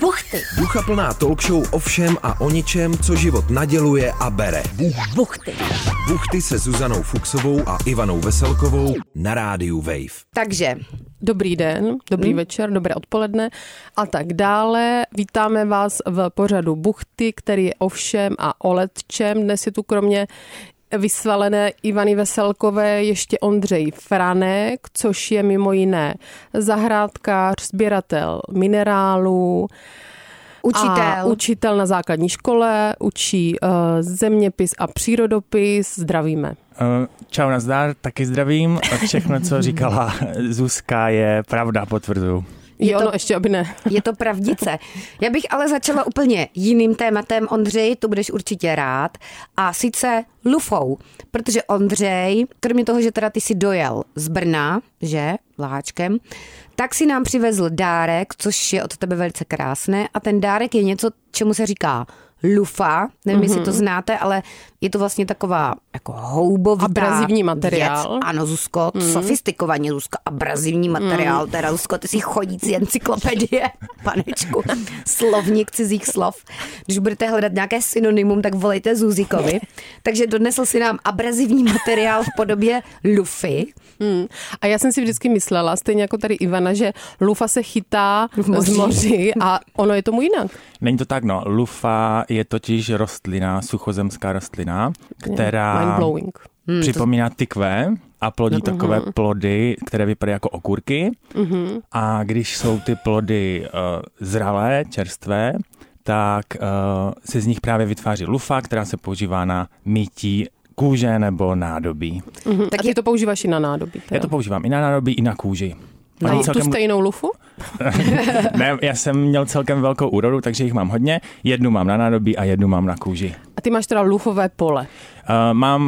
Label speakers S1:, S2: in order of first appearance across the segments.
S1: Buchty.
S2: Ducha plná talk show o všem a o ničem, co život naděluje a bere.
S1: Buchty.
S2: Buchty se Zuzanou Fuxovou a Ivanou Veselkovou na rádiu Wave.
S3: Takže
S4: Dobrý den, dobrý
S3: Hmm?
S4: večer, dobré odpoledne a tak dále. Vítáme vás v pořadu Buchty, který je o všem a o letčem. Dnes je tu kromě vysvalené Ivany Veselkové ještě Ondřej Franek, což je mimo jiné zahrádkář, sběratel minerálů, a
S3: učitel.
S4: učitel na základní škole, učí uh, zeměpis a přírodopis, zdravíme.
S5: Eh, Čau, nazdar, taky zdravím. A Všechno, co říkala Zuzka, je pravda, potvrduju.
S4: Je,
S3: Je to-
S4: ono ještě, aby ne.
S3: Je to pravdice. Já bych ale začala úplně jiným tématem, Ondřej, to budeš určitě rád. A sice lufou, protože Ondřej, kromě toho, že teda ty si dojel z Brna, že, vláčkem, tak si nám přivezl dárek, což je od tebe velice krásné. A ten dárek je něco, čemu se říká lufa. Nevím, mm-hmm. jestli to znáte, ale je to vlastně taková jako houbová
S4: Abrazivní materiál.
S3: Věc. Ano, Zuzko, mm. sofistikovaně, Zuzko, abrazivní materiál, mm. teda Zuzko, ty jsi chodící encyklopedie, panečku, slovník cizích slov. Když budete hledat nějaké synonymum, tak volejte Zuzikovi. Takže donesl si nám abrazivní materiál v podobě lufy.
S4: Hmm. A já jsem si vždycky myslela, stejně jako tady Ivana, že lufa se chytá
S3: V moři.
S4: z moři a ono je tomu jinak.
S5: Není to tak, no. Lufa je totiž rostlina, suchozemská rostlina,
S4: Mind
S5: která
S4: blowing. Hmm, Mhm.
S5: připomíná tykve a plodí takové plody, které vypadají jako okurky.
S4: Mhm.
S5: A když jsou ty plody eh, zralé, čerstvé, tak eh, se z nich právě vytváří lufa, která se používá na mytí kůže nebo nádobí.
S4: Hmm. Tak a ty to používáš i na nádobí. Teda.
S5: Já to používám i na nádobí, i na kůži.
S4: a
S5: Mám
S4: tu
S5: celkem-
S4: stejnou lufu?
S5: ne, já jsem měl celkem velkou úrodu, takže jich mám hodně. Jednu mám na nádobí a jednu mám na kůži.
S4: A ty máš teda lufové pole.
S5: Uh, mám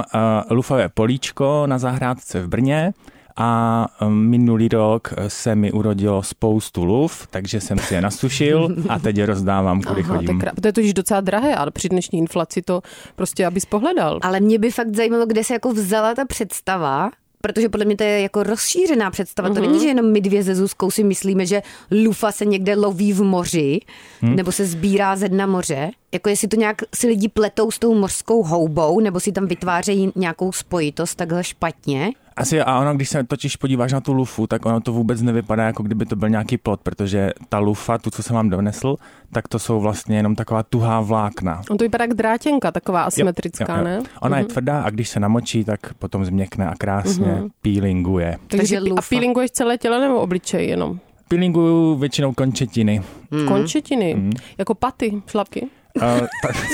S5: uh, lufové políčko na zahrádce v Brně a eh, minulý rok se mi urodilo spoustu luf, takže jsem si je nasušil a teď je rozdávám, kudy
S4: Aha, to, je
S5: chodím.
S4: krá... to je totiž docela drahé, ale při dnešní inflaci to prostě, abys pohledal. A...
S3: Ale mě by fakt zajímalo, kde se jako vzala ta představa, protože podle mě to je jako rozšířená představa. Mm-hmm. To není, že jenom my dvě ze Zuzkou si myslíme, že lufa se někde loví v moři nebo se sbírá ze dna moře. Jako jestli to nějak si lidi pletou s tou mořskou houbou nebo si tam vytvářejí nějakou spojitost takhle špatně.
S5: Asi a ono, když se totiž podíváš na tu lufu, tak ono to vůbec nevypadá, jako kdyby to byl nějaký plot, protože ta lufa, tu, co jsem vám donesl, tak to jsou vlastně jenom taková tuhá vlákna.
S4: On to vypadá jak drátěnka, taková asymetrická, ne? Mhm.
S5: Ona je tvrdá a když se namočí, tak potom změkne a krásně peelinguje.
S4: Takže,
S3: Takže
S4: Takže a
S3: lufa.
S4: peelinguješ celé tělo nebo obličej jenom?
S5: Peelinguju většinou končetiny.
S3: Mhm.
S4: Mm. Končetiny,
S5: Mhm.
S4: mm. jako paty, šlapky.
S5: Uh, tak,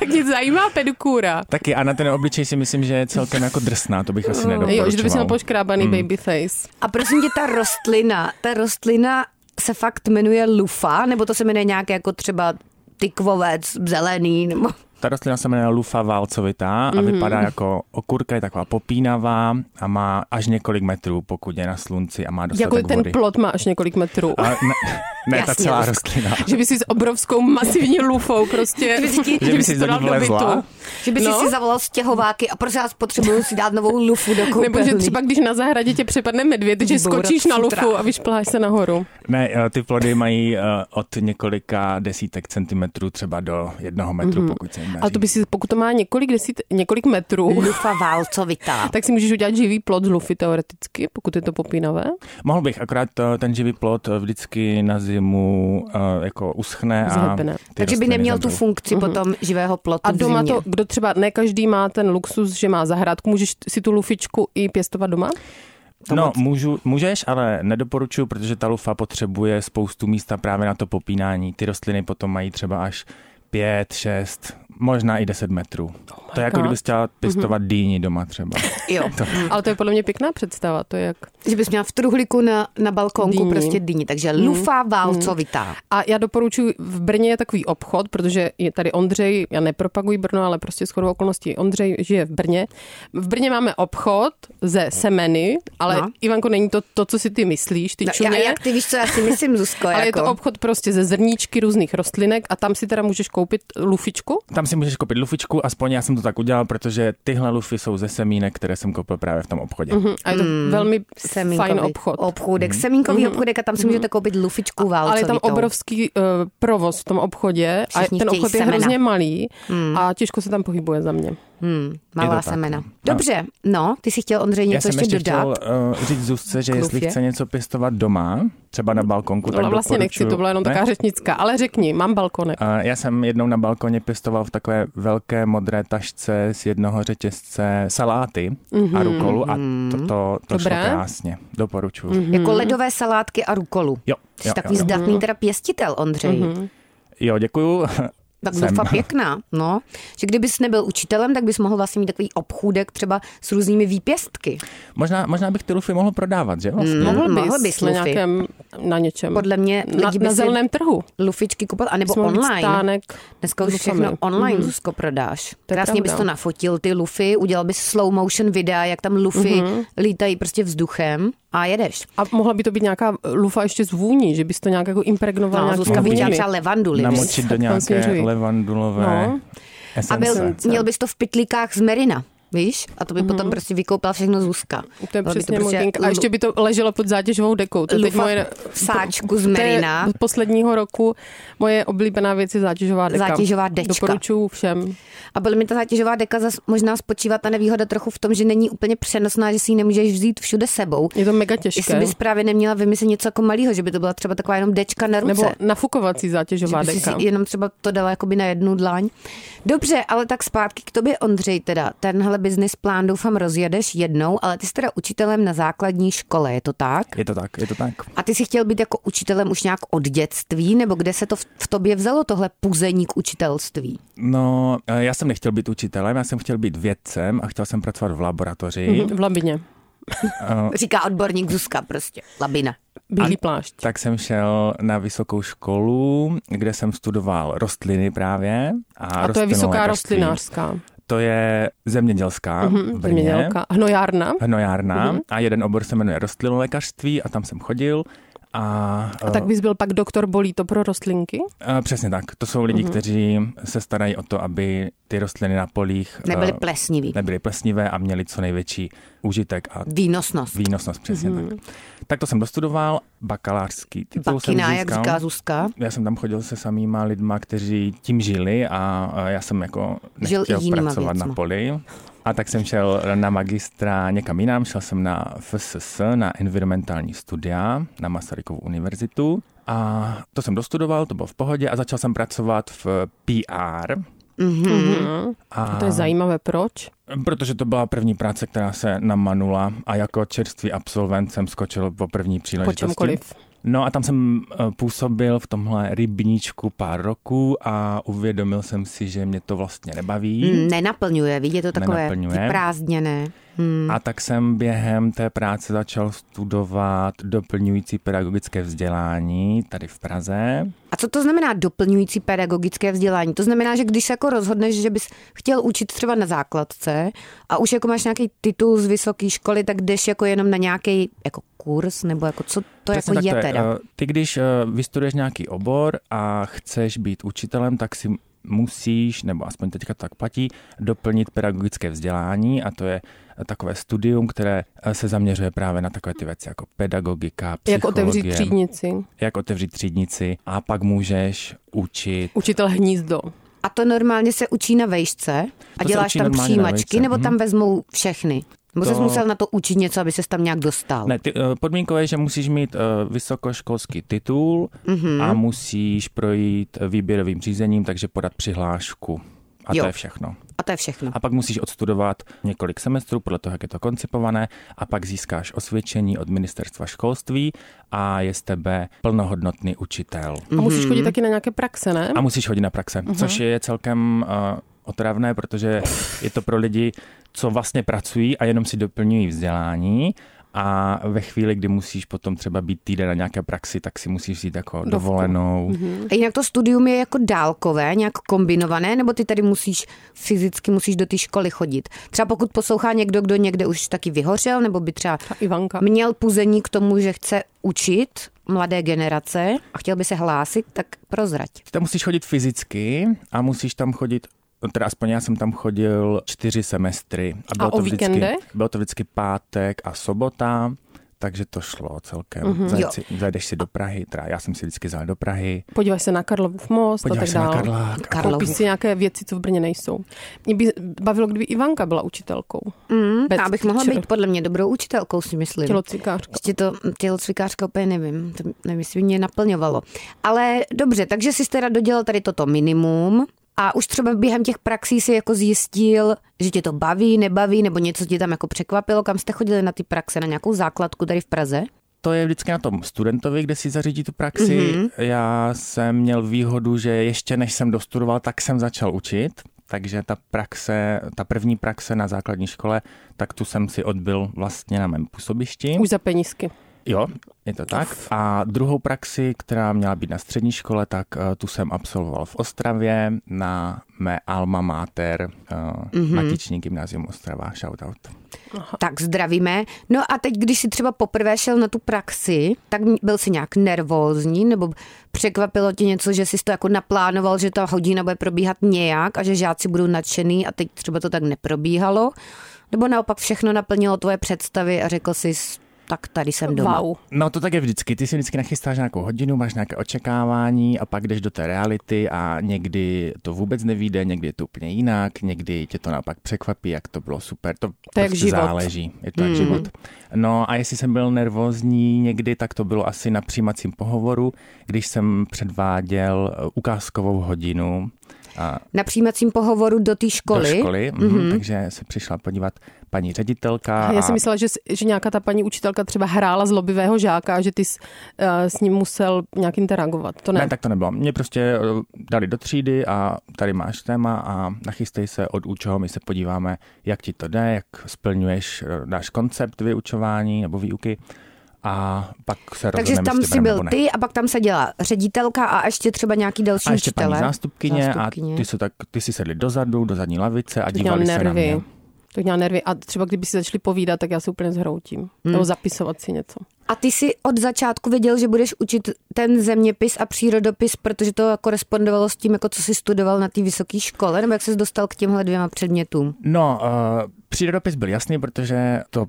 S4: tak mě zajímá pedikura.
S5: taky a na ten obličej si myslím, že je celkem jako drsná, to bych asi nedoporučoval.
S4: Jo, že kdyby si měl poškrábaný
S5: Mhm.
S4: mm. baby face.
S3: A prosím tě, ta rostlina, ta rostlina se fakt jmenuje lufa, nebo to se jmenuje nějak jako třeba tykvovec, zelený, nebo...
S5: Ta rostlina se jmenuje lufa válcovitá a
S4: Mhm.
S5: vypadá jako okurka, je taková popínavá a má až několik metrů, pokud je na slunci a má dostatek
S4: Jako ten
S5: vody.
S4: plot má až několik metrů.
S5: A ne, ne ta
S3: Jasně,
S5: celá
S3: Rusko.
S5: rostlina.
S4: Že by si s obrovskou masivní lufou prostě...
S3: Že by si-
S4: kdyby
S5: by si
S4: to
S5: do
S4: dal
S5: ní vlezla?
S4: bytu.
S3: Že by
S4: No.
S3: si si zavolal stěhováky a prosím vás, potřebuju si dát novou lufu do koupelny.
S4: Nebo že třeba, když na zahradě tě přepadne medvěd, že
S3: Zbourat
S4: skočíš na
S3: futra.
S4: lufu a vyšplháš se nahoru.
S5: Ne, eh, ty plody mají eh, od několika desítek centimetrů třeba do jednoho metru,
S4: Mhm.
S5: pokud se jim daří.
S4: Ale to by si, pokud to má několik, desít, několik metrů,
S3: Lufa válcovitá.
S4: tak si můžeš udělat živý plot z lufy teoreticky, pokud je to popínavé.
S5: Mohl bych, akorát eh, ten živý plot eh, vždycky na zimu eh, jako uschne a
S4: Zhebne.
S5: ty
S3: Takže by
S5: rostliny
S3: neměl tu
S5: zemřou.
S3: funkci potom živého plotu
S4: A
S3: v
S4: doma
S3: zimě.
S4: to, kdo třeba, ne každý má ten luxus, že má zahrádku, můžeš si tu lufičku i pěstovat doma?
S5: No, můžu, můžeš, ale nedoporučuju, protože ta lufa potřebuje spoustu místa právě na to popínání. Ty rostliny potom mají třeba až 5, 6, možná i 10 metrů.
S3: Oh
S5: to je jako
S4: God.
S5: kdyby chtěla
S3: Mhm.
S5: pěstovat mm-hmm. dýni doma třeba.
S3: Jo.
S4: Ale to je podle mě pěkná představa, to je jak...
S3: Že bys měl v truhliku na, na balkonku
S4: Dýni.
S3: prostě dyni. Takže lufa válcovitá.
S4: A já doporučuji, v Brně je takový obchod, protože je tady Ondřej, já nepropaguji Brno, ale prostě shodou okolností Ondřej žije v Brně. V Brně máme obchod ze semeny, ale
S3: No.
S4: no. Ivanko, není to to, co si ty myslíš, ty
S3: No, já,
S4: čuně.
S3: jak ty víš, co já si myslím, Zuzko?
S4: ale
S3: jako...
S4: je to obchod prostě ze zrníčky různých rostlinek a tam si teda můžeš koupit lufičku.
S5: Tam si můžeš koupit lufičku, aspoň já jsem to tak udělal, protože tyhle lufy jsou ze semínek, které jsem koupil právě v tom obchodě.
S4: Mhm. A je to velmi
S3: Hmm. Semínkový
S4: fajn obchod.
S3: Obchůdek, semínkový obchůdek a tam si můžete koupit lufičku válcovitou.
S4: Ale je tam obrovský uh, provoz v tom obchodě
S3: Všichni
S4: a ten
S3: chtějí
S4: obchod je
S3: semena.
S4: hrozně malý a těžko se tam pohybuje za mě.
S3: Hmm, malá
S5: tak, no.
S3: semena. Dobře, no, ty si chtěl, Ondřej,
S5: Já
S3: něco
S5: jsem
S3: ještě,
S5: ještě
S3: dodat.
S5: chtěl uh, říct Zuzce, že jestli
S3: Klufě.
S5: chce něco pěstovat doma, třeba na balkonku, tak
S4: Ale vlastně nechci,
S5: doporučuju-
S4: to byla jenom
S5: Ne?
S4: taká řečnická. Ale řekni, mám balkonek.
S5: A Já jsem jednou na balkoně pěstoval v takové velké modré tašce z jednoho řetězce saláty a rukolu a to, to, to šlo
S4: Dobré.
S5: krásně. Doporučuji. Mm-hmm.
S3: Jako ledové salátky a rukolu.
S5: Jo,
S3: Jsi
S5: jo,
S3: takový
S5: jo, jo.
S4: Mhm.
S3: zdatný teda pěstitel, Ondřej.
S5: jo, děkuju.
S3: Tak
S5: Jsem.
S3: lufa pěkná, no. Že kdybys nebyl učitelem, tak bys mohl vlastně mít takový obchůdek třeba s různými výpěstky.
S5: Možná, možná bych ty lufy mohl prodávat, že vlastně?
S3: Mm.
S5: Mm.
S3: Mohl
S4: bys
S3: bys,
S4: na
S3: Lufi.
S4: nějakém, na něčem.
S3: Podle mě
S4: na,
S3: lidi by
S4: na
S3: si-
S4: zeleném trhu.
S3: Lufičky kupovat, anebo
S4: Jsme mohli mít
S3: online.
S4: Stánek.
S3: Dneska už
S4: s
S3: všechno
S4: lufami.
S3: online, Zuzko, prodáš.
S4: Mhm. To je
S3: Krásně bys
S4: pravda.
S3: to nafotil, ty lufy, udělal bys slow motion videa, jak tam lufy
S4: Mhm.
S3: lítají prostě vzduchem a jedeš.
S4: A mohla by to být nějaká lufa ještě z vůní, že bys to nějak jako impregnovala.
S3: No,
S4: nějaký
S3: Zuzka by
S4: vůni.
S3: dělala třeba levanduli. víš?
S5: Namočit do
S4: Tak tam
S5: nějaké
S4: směřuji.
S5: levandulové
S4: No.
S5: no.
S3: A
S5: esence.
S3: byl, měl bys to v pytlíkách z Merina, víš? A to by potom prostě vykoupila všechno Zuzka.
S4: Mhm. To je
S3: Bylo by
S4: přesně můj
S3: prostě
S4: tink. A ještě by to leželo pod zátěžovou dekou. To je teď
S3: Lufa
S4: moje...
S3: v sáčku z
S4: to je
S3: Merina.
S4: Od posledního roku moje oblíbená věc je zátěžová deka.
S3: Zátěžová dečka.
S4: Doporučuju všem.
S3: A podle mě ta zátěžová deka zas možná spočívá ta nevýhoda trochu v tom, že není úplně přenosná, že si ji nemůžeš vzít všude sebou.
S4: Je to mega těžké.
S3: Jestli bys právě neměla vymyslet něco jako malého, že by to byla třeba taková jenom dečka na ruce.
S4: Nebo nafukovací zátěžová
S3: Že by si
S4: deka.
S3: jenom třeba to dala jakoby na jednu dláň. Dobře, ale tak zpátky k tobě, Ondřej, teda. Tenhle business plán doufám rozjedeš jednou, ale ty jsi teda učitelem na základní škole, je to tak?
S5: Je to tak, je to tak.
S3: A ty jsi chtěl být jako učitelem už nějak od dětství, nebo kde se to v, v tobě vzalo, tohle puzení k učitelství?
S5: No, eh, já jsem nechtěl být učitelem, já jsem chtěl být vědcem a chtěl jsem pracovat v laboratoři.
S4: Mhm, V labině.
S5: No.
S3: Říká odborník Zuzka prostě, labina.
S4: Bílý plášť.
S5: Tak jsem šel na vysokou školu, kde jsem studoval rostliny právě. A,
S4: A to je vysoká
S5: rostlinolékařství.
S4: rostlinářská.
S5: To je zemědělská v Brně.
S4: Zemědělka. Mhm. Hnojárna.
S5: Hnojárna a jeden obor se jmenuje rostlinolékařství a tam jsem chodil. A,
S4: A tak bys byl pak doktor Bolí to pro rostlinky?
S5: a přesně tak. To jsou
S4: Mhm.
S5: lidi, kteří se starají o to, aby ty rostliny na polích
S3: Nebyly
S5: eh,
S3: plesnivý.
S5: nebyly plesnivé a měly co největší užitek a
S3: Výnosnost.
S5: výnosnost. Přesně
S3: Mhm.
S5: tak. Tak to jsem dostudoval, bakalářský titul
S3: Bakina,
S5: jsem
S3: jak
S5: získal.
S3: říká Zuzka.
S5: Já jsem tam chodil se samýma lidma, kteří tím žili a eh, já jsem jako
S3: Žil
S5: nechtěl
S3: i jinýma
S5: pracovat
S3: věcma.
S5: na poli. A tak jsem šel na magistra někam jinam, šel jsem na FSS, na environmentální studia, na Masarykovu univerzitu. A to jsem dostudoval, to bylo v pohodě a začal jsem pracovat v PR, Mhm.
S4: A to je zajímavé, proč?
S5: protože to byla první práce, která se namanula a jako čerstvý absolvent jsem skočil po první
S4: Po
S5: příležitosti.
S4: čemkoliv.
S5: No a tam jsem eh, působil v tomhle rybníčku pár roků a uvědomil jsem si, že mě to vlastně nebaví.
S3: Mm, Nenaplňuje, vidíte, to takové
S5: Nenaplňuje.
S3: vyprázdněné.
S5: A tak jsem během té práce začal studovat doplňující pedagogické vzdělání tady v Praze.
S3: A co to znamená doplňující pedagogické vzdělání? To znamená, že když se jako rozhodneš, že bys chtěl učit třeba na základce a už jako máš nějaký titul z vysoké školy, tak jdeš jako jenom na nějaký jako kurz, nebo jako co to
S5: Přesně
S3: jako
S5: tak
S3: je
S5: to
S3: teda?
S5: Eh, Ty, když eh, vystuduješ nějaký obor a chceš být učitelem, tak si musíš, nebo aspoň teďka to tak platí, doplnit pedagogické vzdělání a to je eh, takové studium, které eh, se zaměřuje právě na takové ty věci jako pedagogika,
S4: Jak otevřít
S5: psychologie.
S4: třídnici?
S5: jak otevřít třídnici a pak můžeš učit.
S4: Učitel hnízdo.
S3: A to normálně se učí na vejšce a
S5: To se
S3: děláš
S5: učí
S3: tam
S5: normálně na
S3: přijímačky,
S5: vejšce,
S3: nebo
S5: mhm.
S3: tam vezmou všechny? Nebo to...
S5: To-
S3: jsi musel na to učit něco, aby se tam nějak dostal?
S5: Ne, ty, eh, podmínkou je, že musíš mít eh, vysokoškolský titul
S3: Mhm.
S5: mm-hmm. a musíš projít eh, výběrovým řízením, takže podat přihlášku. A
S3: Jo.
S5: to je všechno.
S3: A to je všechno.
S5: A pak musíš odstudovat několik semestrů, podle toho, jak je to koncipované, a pak získáš osvědčení od ministerstva školství a je z tebe plnohodnotný učitel.
S4: A musíš chodit taky na nějaké praxe, ne?
S5: Mhm. A musíš chodit na praxe, mm-hmm. což je celkem uh, otravné, protože je to pro lidi, co vlastně pracují a jenom si doplňují vzdělání. A ve chvíli, kdy musíš potom třeba být týden na nějaké praxi, tak si musíš jít jako dovolenou. Mm-hmm.
S3: A jinak to studium je jako dálkové, nějak kombinované, nebo ty tady musíš fyzicky musíš do té školy chodit. Třeba pokud poslouchá někdo, kdo někde už taky vyhořel, nebo by třeba
S4: Ivanka.
S3: měl puzení k tomu, že chce učit mladé generace a chtěl by se hlásit, tak prozrať.
S5: Tam musíš chodit fyzicky a musíš tam chodit teda aspoň já jsem tam chodil čtyři semestry. A bylo,
S4: o
S5: to, vždycky,
S4: víkendech?
S5: bylo to vždycky pátek a sobota, takže to šlo celkem.
S4: Mhm.
S3: Jo.
S5: Mm-hmm. Zajet si, zajedeš si do Prahy, teda já jsem si vždycky zajel do Prahy,
S4: Podíváš se na Karlovův most a tak
S5: podíváš se na
S4: dále.
S5: Karlák. a
S3: Karlov.
S4: Koupíš si nějaké věci, co v Brně nejsou. Mě by bavilo, kdyby Ivanka byla učitelkou.
S3: Mm,
S4: Bez
S3: já bych mohla
S4: teacher.
S3: být podle mě dobrou učitelkou, si myslím.
S4: Tělocikářka.
S3: Ještě to tělocvikářka úplně nevím, to nevím, jestli by mě naplňovalo. Ale dobře, takže jsi teda dodělal tady toto minimum a už třeba během těch praxí si jako zjistil, že tě to baví, nebaví, nebo něco tě tam jako překvapilo, kam jste chodili na ty praxe, na nějakou základku tady v Praze?
S5: To je vždycky na tom studentovi, kde si zařídí tu praxi.
S4: Mhm.
S5: Mm-hmm. Já jsem měl výhodu, že ještě než jsem dostudoval, tak jsem začal učit. Takže ta praxe, ta první praxe na základní škole, tak tu jsem si odbil vlastně na mém působišti.
S4: Už za penízky.
S5: Jo, je to tak. A druhou praxi, která měla být na střední škole, tak eh, tu jsem absolvoval v Ostravě na mé alma mater, mm-hmm. Matiční gymnázium Ostrava, shoutout.
S3: Tak zdravíme. No a teď, když jsi třeba poprvé šel na tu praxi, tak m- byl jsi nějak nervózní, nebo překvapilo tě něco, že jsi to jako naplánoval, že ta hodina bude probíhat nějak a že žáci budou nadšený a teď třeba to tak neprobíhalo? Nebo naopak všechno naplnilo tvoje představy a řekl jsi, tak tady jsem doma.
S4: Wow.
S5: No to tak je vždycky, ty si vždycky nachystáš nějakou hodinu, máš nějaké očekávání a pak jdeš do té reality a někdy to vůbec nevíde, někdy je to úplně jinak, někdy tě to naopak překvapí, jak to bylo super, to,
S4: To je jak
S5: prostě
S4: život. Hmm.
S5: záleží, je to jak život. No a jestli jsem byl nervózní někdy, tak to bylo asi na přijímacím pohovoru, když jsem předváděl eh, ukázkovou hodinu a
S3: Na přijímacím pohovoru do té školy?
S5: do školy, mm-hmm. takže se přišla podívat paní ředitelka.
S4: A Mhm. já jsem
S5: a-
S4: myslela, že, s- že nějaká ta paní učitelka třeba hrála zlobivého žáka a že ty s, eh, s ním musel nějak interagovat. To ne.
S5: Ne. ne, tak to nebylo. Mě prostě eh, dali do třídy a tady máš téma a nachystej se od účeho, my se podíváme, jak ti to jde, jak splňuješ eh, náš koncept vyučování nebo výuky a pak se
S3: Takže
S5: rozhodneme,
S3: tam
S5: jestli
S3: jsi
S5: bereme,
S3: byl
S5: nebo ne.
S3: ty a pak tam seděla ředitelka a ještě třeba nějaký další
S5: a ještě
S3: učitele.
S5: paní zástupkyně,
S3: Zástupkyně.
S5: a ty, se tak, ty si sedli dozadu, do zadní lavice a
S4: to měla
S5: dívali se na mě.
S4: nervy. To měla nervy. A třeba kdyby si začali povídat, tak já se úplně zhroutím. Nebo zapisovat si něco.
S3: A ty jsi od začátku věděl, že budeš učit ten zeměpis a přírodopis, protože to korespondovalo s tím, jako co jsi studoval na té vysoké škole, nebo jak jsi dostal k těmhle dvěma předmětům?
S5: No, uh, přírodopis byl jasný, protože to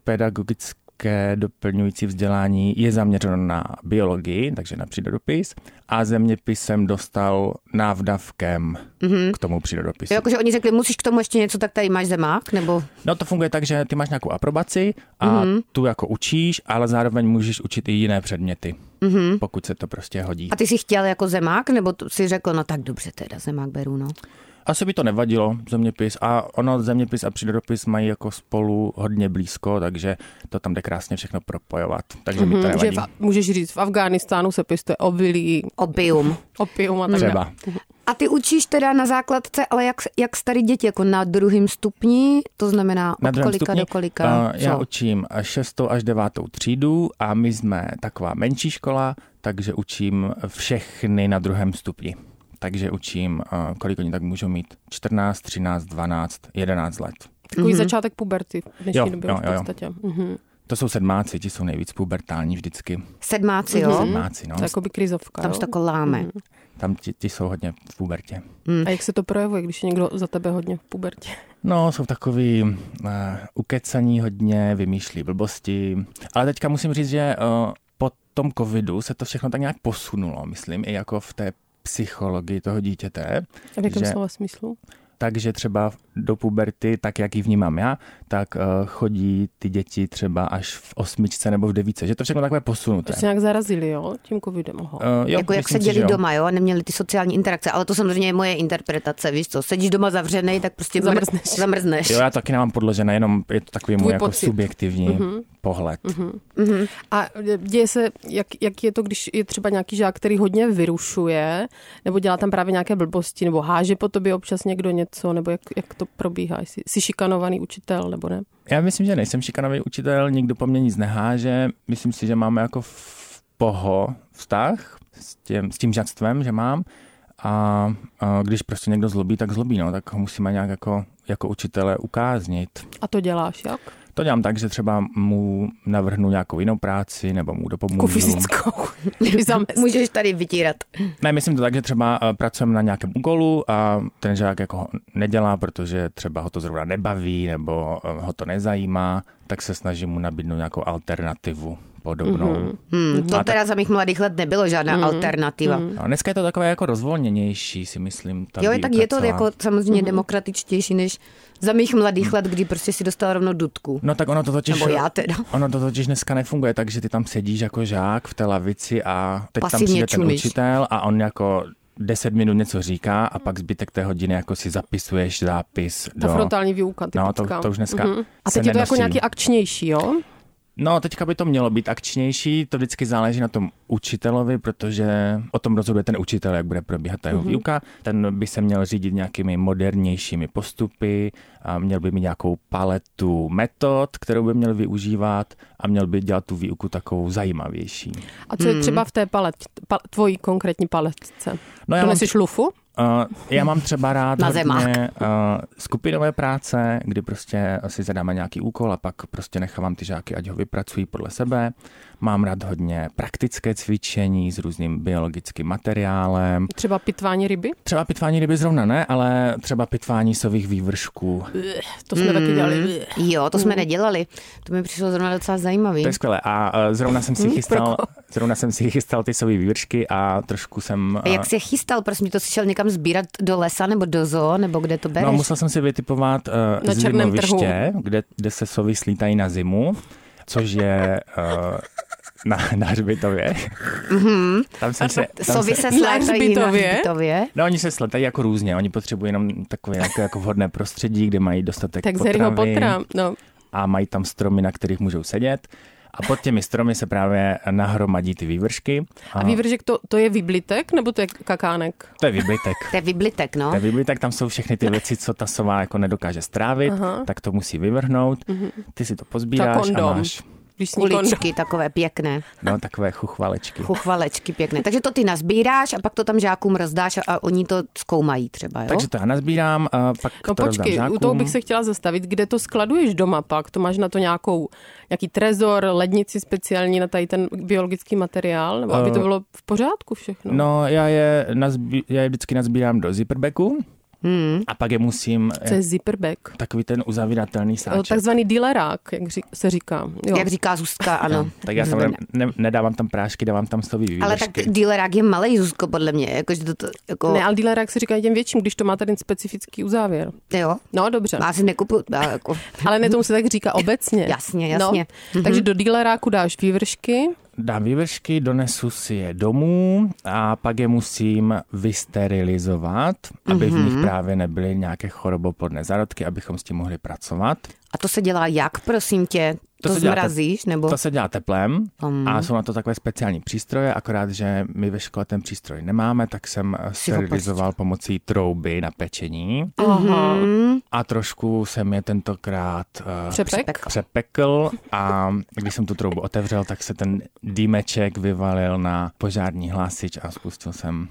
S5: pedagogické doplňující vzdělání je zaměřeno na biologii, takže na přírodopis, a zeměpis jsem dostal návdavkem mm-hmm. k tomu přírodopisu.
S3: Jo, jakože oni řekli, musíš k tomu ještě něco, tak tady máš zemák, nebo
S5: No to funguje tak, že ty máš nějakou aprobaci a mm-hmm. tu jako učíš, ale zároveň můžeš učit i jiné předměty, mm-hmm. pokud se to prostě hodí.
S3: a ty jsi chtěl jako zemák, nebo t- si řekl, no tak dobře teda, zemák beru, no.
S5: Asi by to nevadilo, zeměpis. A ono, zeměpis a přírodopis mají jako spolu hodně blízko, takže to tam jde krásně všechno propojovat. Takže mm-hmm. mi to
S4: Hm, Že
S5: nevadí.
S4: v, můžeš říct, v Afghánistánu se pěstuje obilí,
S3: Opium.
S4: opium a tak dále.
S5: Třeba.
S3: A ty učíš teda na základce, ale jak, jak starý děti, jako na druhém stupni, to znamená od
S5: druhém
S3: kolika do kolika?
S5: eh, já
S3: co?
S5: učím 6. až 9. třídu a my jsme taková menší škola, takže učím všechny na druhém stupni. Takže učím, eh, kolik oni tak můžou mít, 14, 13, 12, 11 let.
S4: Takový mm-hmm. začátek puberty v dnešní
S5: Jo,
S4: době
S5: jo,
S4: už v
S5: jo, jo.
S4: podstatě. Mm-hmm.
S5: To jsou sedmáci, ti jsou nejvíc pubertální vždycky.
S3: Sedmáci, jo?
S5: Sedmáci, no.
S4: To je jakoby krizovka.
S3: Tam
S4: jo?
S3: se to jako láme.
S5: Tam ti, ti jsou hodně v pubertě.
S4: A jak se to projevuje, když je někdo za tebe hodně v pubertě?
S5: No, jsou takový uh, ukecaní hodně, vymýšlí blbosti. Ale teďka musím říct, že uh, po tom covidu se to všechno tak nějak posunulo, myslím, i jako v té psychologii toho dítěte.
S4: A v jakém
S5: Že-
S4: slova smyslu?
S5: Takže třeba do puberty, tak jak ji vnímám já, tak uh, chodí ty děti třeba až v osmičce nebo v devíce. Že to všechno takové posunuté.
S4: To se nějak zarazili, jo, tím covidem. Ho.
S5: Uh, jo,
S3: Prostě jako jak
S5: myslím si,
S3: seděli
S5: že jo.
S3: doma, jo, a neměli ty sociální interakce, ale to samozřejmě je moje interpretace, víš co, sedíš doma zavřený, tak prostě mr-
S4: Zamrzneš.
S3: zamrzneš.
S5: Jo, já taky nemám podložené, jenom je to takový můj
S4: Tvůj
S5: jako
S4: pocit.
S5: subjektivní
S3: Mhm.
S5: pohled.
S4: A děje se, jak, jak je to, když je třeba nějaký žák, který hodně vyrušuje, nebo dělá tam právě nějaké blbosti, nebo háže po tobě občas někdo něco, nebo jak, jak to probíhá? Jsi, jsi šikanovaný učitel, nebo ne?
S5: Já myslím, že nejsem šikanový učitel, nikdo po mně nic neháže. Myslím si, že máme jako v poho vztah s tím, s tím žadstvem, že mám. A, a když prostě někdo zlobí, tak zlobí, no, tak ho musíme nějak jako, jako učitele ukáznit.
S4: A to děláš jak?
S5: To To dělám tak, že třeba mu navrhnu nějakou jinou práci nebo mu dopomůžu.
S4: Jako fyzickou. Když zamestnám.
S3: Můžeš tady vytírat.
S5: Ne, myslím to tak, že třeba eh, pracujeme na nějakém úkolu a ten žák jako ho nedělá, protože třeba ho to zrovna nebaví nebo eh, ho to nezajímá, tak se snažím mu nabídnout nějakou alternativu podobnou. Mm-hmm.
S3: Hmm, to teda za mých mladých let nebylo žádná alternativa.
S5: A dneska je to takové jako rozvolněnější, si myslím. Ta
S3: Jo,
S5: výuka
S3: tak je to
S5: celá.
S3: jako samozřejmě demokratičtější než za mých mladých let, kdy prostě si dostal rovnou dudku.
S5: No tak ono to totiž...
S3: Nebo já teda.
S5: Ono to totiž dneska nefunguje, takže ty tam sedíš jako žák v té lavici a teď
S3: Pasivně
S5: tam přijde ten
S3: čumíš.
S5: učitel a on jako 10 minut něco říká a pak zbytek té hodiny jako si zapisuješ zápis
S4: Ta
S5: do...
S4: frontální výuka
S5: No,
S4: typická.
S5: to, to už dneska mm-hmm.
S4: A teď je to jako nějaký akčnější, jo?
S5: No, teďka by to mělo být akčnější, to vždycky záleží na tom učitelovi, protože o tom rozhoduje ten učitel, jak bude probíhat ta jeho mm-hmm.
S4: Mhm.
S5: výuka. Ten by se měl řídit nějakými modernějšími postupy, a měl by mít nějakou paletu metod, kterou by měl využívat a měl by dělat tu výuku takovou zajímavější.
S4: A co je třeba v té palet, pa, tvojí konkrétní paletce?
S5: Mhm. No, já
S4: to
S5: mám-
S4: neseš lufu?
S5: Uh, já mám třeba rád
S3: Na zemák.
S5: hodně uh, skupinové práce, kdy prostě si zadáme nějaký úkol a pak prostě nechávám ty žáky, ať ho vypracují podle sebe. Mám rád hodně praktické cvičení s různým biologickým materiálem.
S4: Třeba pitvání ryby?
S5: Třeba pitvání ryby zrovna ne, ale třeba pitvání sových vývršků.
S4: To
S5: Mm.
S4: jsme taky dělali.
S3: Hmm. Jo, to jsme nedělali. To mi přišlo zrovna docela zajímavý.
S5: To je skvělé. A uh, zrovna jsem
S3: Hm,
S5: si chystal, zrovna jsem si chystal ty sový vývršky a trošku jsem...
S3: A
S5: uh,
S3: jak jsi je chystal? Prosím, tě, to jsi šel někam sbírat do lesa nebo do zoo, nebo kde to bereš?
S5: No, musel jsem si vytipovat uh,
S4: Na černém
S5: zimoviště, kde, kde se sovy slítají na zimu, což je uh, na, na hřbitově.
S4: Mhm.
S5: Tam jsem se, tam
S3: Sovy
S5: se,
S3: se
S4: Na
S3: slétají na
S4: hřbitově?
S3: hřbitově.
S5: no, oni se sletají jako různě, oni potřebují jenom takové jako, jako vhodné prostředí, kde mají dostatek
S4: Tak zerýho
S5: potravy
S4: potra. No,
S5: a mají tam stromy, na kterých můžou sedět. A pod těmi stromy se právě nahromadí ty vývršky.
S4: a vývržek, to, to je vyblitek nebo to je kakánek?
S5: To je výbytek.
S3: To je vyblitek, no.
S5: Ten výbytek, tam jsou všechny ty věci, co ta sova jako nedokáže strávit, Aha. tak to musí vyvrhnout. Ty si to pozbíráš
S4: Mhm. Tak
S5: a
S4: kondom.
S5: máš
S4: Když sní kondom.
S3: Kuličky takové pěkné,
S5: no, takové chuchvalečky.
S3: chuchvalečky pěkné. Takže to ty nazbíráš a pak to tam žákům rozdáš a- a oni to zkoumají třeba, jo?
S5: Takže to já nazbírám, a pak
S4: No
S5: to rozdám
S4: počkej,
S5: žákům.
S4: u toho bych se chtěla zastavit. Kde to skladuješ doma pak? To máš na to nějakou, nějaký trezor, lednici speciální na tady ten biologický materiál? Nebo aby to
S5: Eh,
S4: bylo v pořádku všechno?
S5: No, já je, nazbí, já je vždycky nazbírám do zipperbagu hmm. a pak je musím...
S4: Co je zipperbag?
S5: Takový ten uzavíratelný
S4: No,
S5: sáček.
S4: Takzvaný dílerák, jak řík, se říká. Jo.
S3: Jak říká Zuzka, ano.
S5: Tak já tam ne, ne, nedávám tam prášky, dávám tam stový vývršky.
S3: Ale tak dílerák je malý, Zuzko, podle mě. Jakože to, to jako,
S4: Ne, ale dílerák se říká těm větším, když to má tady specifický uzávěr.
S3: jo,
S4: No, dobře.
S3: já si nekupuju, já jako,
S4: Ale ne, tomu se tak říká obecně.
S3: Jasně, jasně. Mhm.
S4: No, takže do díleráku dáš vývršky,
S5: Dám vývršky, donesu si je domů a pak je musím vysterilizovat, aby mm-hmm. v nich právě nebyly nějaké chorobopodné zárodky, abychom s tím mohli pracovat.
S3: a to se dělá jak, prosím tě? To,
S5: se dělá te-
S3: zmrazíš, nebo?
S5: To se dělá teplem
S3: Mm.
S5: a jsou na to takové speciální přístroje, akorát, že my ve škole ten přístroj nemáme, tak jsem eh, sterilizoval pomocí trouby na pečení
S3: Mhm.
S4: Aha.
S5: a trošku jsem je tentokrát eh,
S4: přepek.
S5: přepekl a když jsem tu troubu otevřel, tak se ten dýmeček vyvalil na požární hlásič a spustil jsem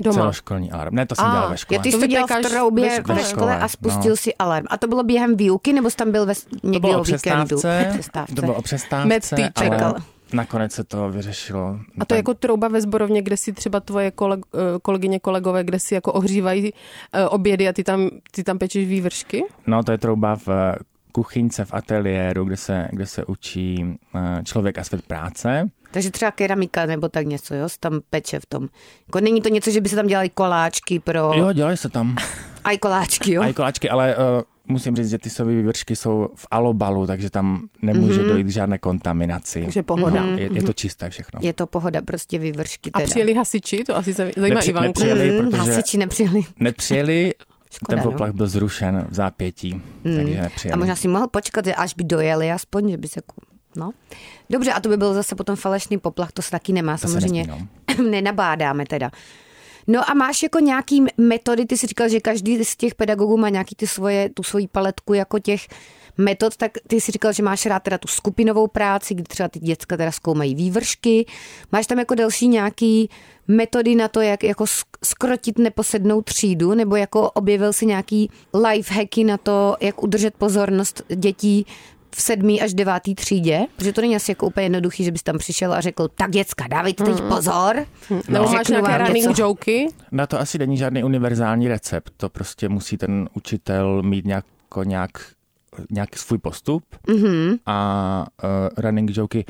S4: Doma.
S5: celoškolní alarm. Ne, to jsem
S4: A,
S5: dělal ve škole.
S3: Jo, ty
S4: To
S3: jsi to dělal v
S4: vytékáš
S3: troubě
S4: ve
S3: ve
S4: škole.
S3: škole,
S5: No.
S3: a spustil si alarm. A to bylo během výuky, nebo jsi tam byl ve, někdy
S5: to bylo o
S3: víkendu?
S5: přestávce,
S3: přestávce.
S5: to bylo o
S4: Med
S5: přestávce,
S4: teacher.
S5: ale nakonec se to vyřešilo.
S4: A to je jako trouba ve zborovně, kde si třeba tvoje koleg, eh, kolegyně, kolegové, kde si jako ohřívají eh, obědy a ty tam, ty tam pečeš vývršky?
S5: No, to je trouba v kuchyňce, v ateliéru, kde se, kde se učí eh, člověk a svět práce.
S3: Takže třeba keramika nebo tak něco, jo, se tam peče v tom. Jako není to něco, že by se tam dělali koláčky pro...
S5: Jo, dělají se tam.
S3: Aj koláčky, jo?
S5: A i koláčky, ale uh, musím říct, že ty sovy vývršky jsou v alobalu, takže tam nemůže
S3: Mhm.
S5: mm-hmm. dojít k žádné kontaminaci.
S4: Takže pohoda.
S5: No, je, je to čisté všechno.
S3: Je to pohoda, prostě vyvršky
S4: A
S3: teda.
S4: přijeli hasiči, to asi zaj- zajímá
S5: Nepři-
S4: Ivanku.
S5: nepřijeli.
S3: Mm,
S5: protože-
S3: Hasiči nepřijeli.
S5: Nepřijeli,
S3: Škoda,
S5: ten
S3: no. Hmm.
S5: poplach byl zrušen v zápětí, mm. takže nepřijeli.
S3: A možná si mohl počkat, až by dojeli aspoň, že by se... ku- No. Dobře, a to by byl zase potom falešný poplach, to se taky nemá,
S5: To se no.
S3: samozřejmě.
S5: nesmí,
S3: Nenabádáme teda. No a máš jako nějaký metody, ty jsi říkal, že každý z těch pedagogů má nějaký ty svoje, tu svoji paletku jako těch metod, tak ty jsi říkal, že máš rád teda tu skupinovou práci, kdy třeba ty děcka teda zkoumají vývršky. Máš tam jako další nějaký metody na to, jak jako sk- skrotit neposednou třídu, nebo jako objevil si nějaký lifehacky na to, jak udržet pozornost dětí v sedmý až devátý třídě, protože to není asi jako úplně jednoduchý, že bys tam přišel a řekl, tak děcka, dávejte teď pozor.
S4: Mm. Hm.
S3: No,
S4: Nebo No, máš
S3: Řeknu
S4: nějaké
S3: vám
S4: running
S3: něco.
S4: joky?
S5: Na to asi není žádný univerzální recept. To prostě musí ten učitel mít nějak, jako nějak, nějak svůj postup.
S4: Mhm.
S5: Mm-hmm. A uh, running joky.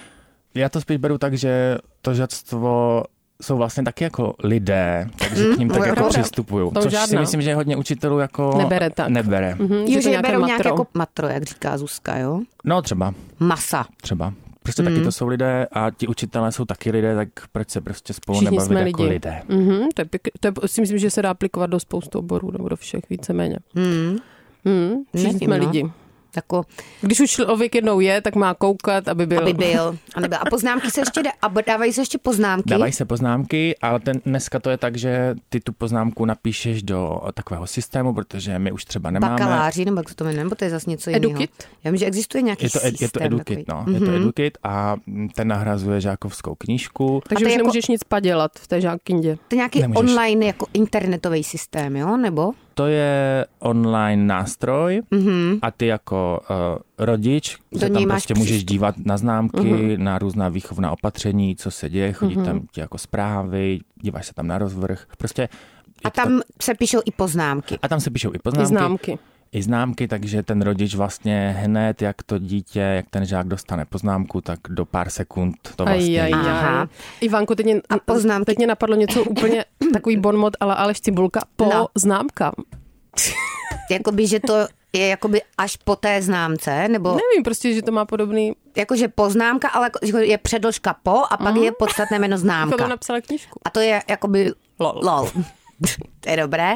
S5: Já to spíš beru tak, že to žadstvo jsou vlastně taky jako lidé, takže
S4: Mhm.
S5: k ním tak jako
S4: Pravda.
S5: přistupuju.
S4: Tom
S5: Což si
S4: žádná.
S5: myslím, že hodně učitelů jako
S4: Nebere tak.
S5: Nebere.
S4: Hm,
S3: Jo,
S4: to
S3: že berou nějak
S4: matro.
S3: jako matro, jak říká Zuzka, jo?
S5: No třeba,
S3: Masa.
S5: třeba. Prostě
S4: Mhm.
S5: taky to jsou lidé a ti učitelé jsou taky lidé, tak proč se prostě spolu
S4: Všichni
S5: nebavit
S4: jsme
S5: jako
S4: lidi.
S5: lidé?
S4: Mhm, to, je pěk, to je, si myslím, že se dá aplikovat do spoustu oborů nebo do všech víceméně.
S3: Hmm.
S4: Hmm, všichni
S3: Nevím,
S4: jsme
S3: no.
S4: lidi.
S3: Jako,
S4: Když už člověk jednou je, tak má koukat, aby byl.
S3: aby byl. A, nebyl. a poznámky se ještě, dá- a dávají se ještě poznámky.
S5: Dávají se poznámky, ale ten, dneska to je tak, že ty tu poznámku napíšeš do takového systému, protože my už třeba nemáme.
S3: Bakaláři, nebo jak se to jmenuje, nebo to je zase něco jiného.
S4: Edukit?
S3: Já vím, že existuje nějaký
S5: Je to, ed- je to
S3: systém takový. Mhm.
S5: edukit, no. Mm-hmm. Je to edukit a mm, ten nahrazuje žákovskou knížku.
S3: A
S4: Takže
S3: to
S4: už
S3: je jako-
S4: nemůžeš nic padělat v té žákyndě.
S3: To je nějaký
S5: Nemůžeš.
S3: online jako internetový systém, jo? Nebo?
S5: To je online nástroj mm-hmm. a ty jako uh, rodič
S3: Mhm. Do
S5: se
S3: něj
S5: tam
S3: máš
S5: prostě můžeš
S3: přístup. Mhm.
S5: dívat na známky, mm-hmm. na různá výchovná opatření, co se děje, chodí mm-hmm. tam ti jako zprávy, díváš se tam na rozvrh. Prostě je
S3: A
S5: to tak-
S3: tam se píšou i poznámky.
S5: a tam se píšou i
S4: Ty
S5: poznámky.
S4: známky.
S5: i známky, takže ten rodič vlastně hned, jak to dítě, jak ten žák dostane poznámku, tak do pár sekund to
S4: Aj,
S5: vlastně...
S4: aj, aj.
S3: Aha.
S4: Ivanko, teď mě,
S3: A poznámky-
S4: teď mě napadlo něco úplně takový bonmot, ale Aleš Cibulka po
S3: No.
S4: známkám.
S3: Jakoby, že to je jakoby až po té známce, nebo
S4: Nevím, prostě, že to má podobný,
S3: jakože poznámka, ale jako- že je předložka po a pak je podstatné jméno
S4: jako
S3: známka.
S4: tam napsala knížku.
S3: A to je jakoby
S4: Lol.
S3: lol. to je dobré.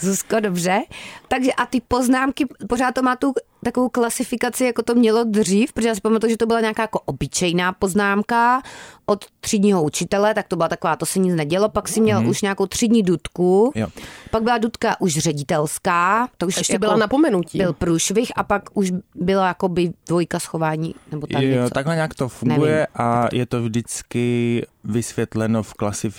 S3: Zuzko, dobře. Takže a ty poznámky, pořád to má tu takovou klasifikaci, jako to mělo dřív, protože já si pamatuju, že to byla nějaká jako obyčejná poznámka od třídního učitele, tak to byla taková, to se nic nedělo, pak si měl už nějakou třídní dudku,
S5: Jo.
S3: pak byla dudka už ředitelská, to už
S4: Ještě
S3: jako
S4: byla napomenutí.
S3: byl průšvih a pak už byla jakoby dvojka schování, nebo tam
S5: Jo,
S3: něco.
S5: takhle nějak to funguje
S3: Nevím.
S5: Nevím. a je to vždycky vysvětleno v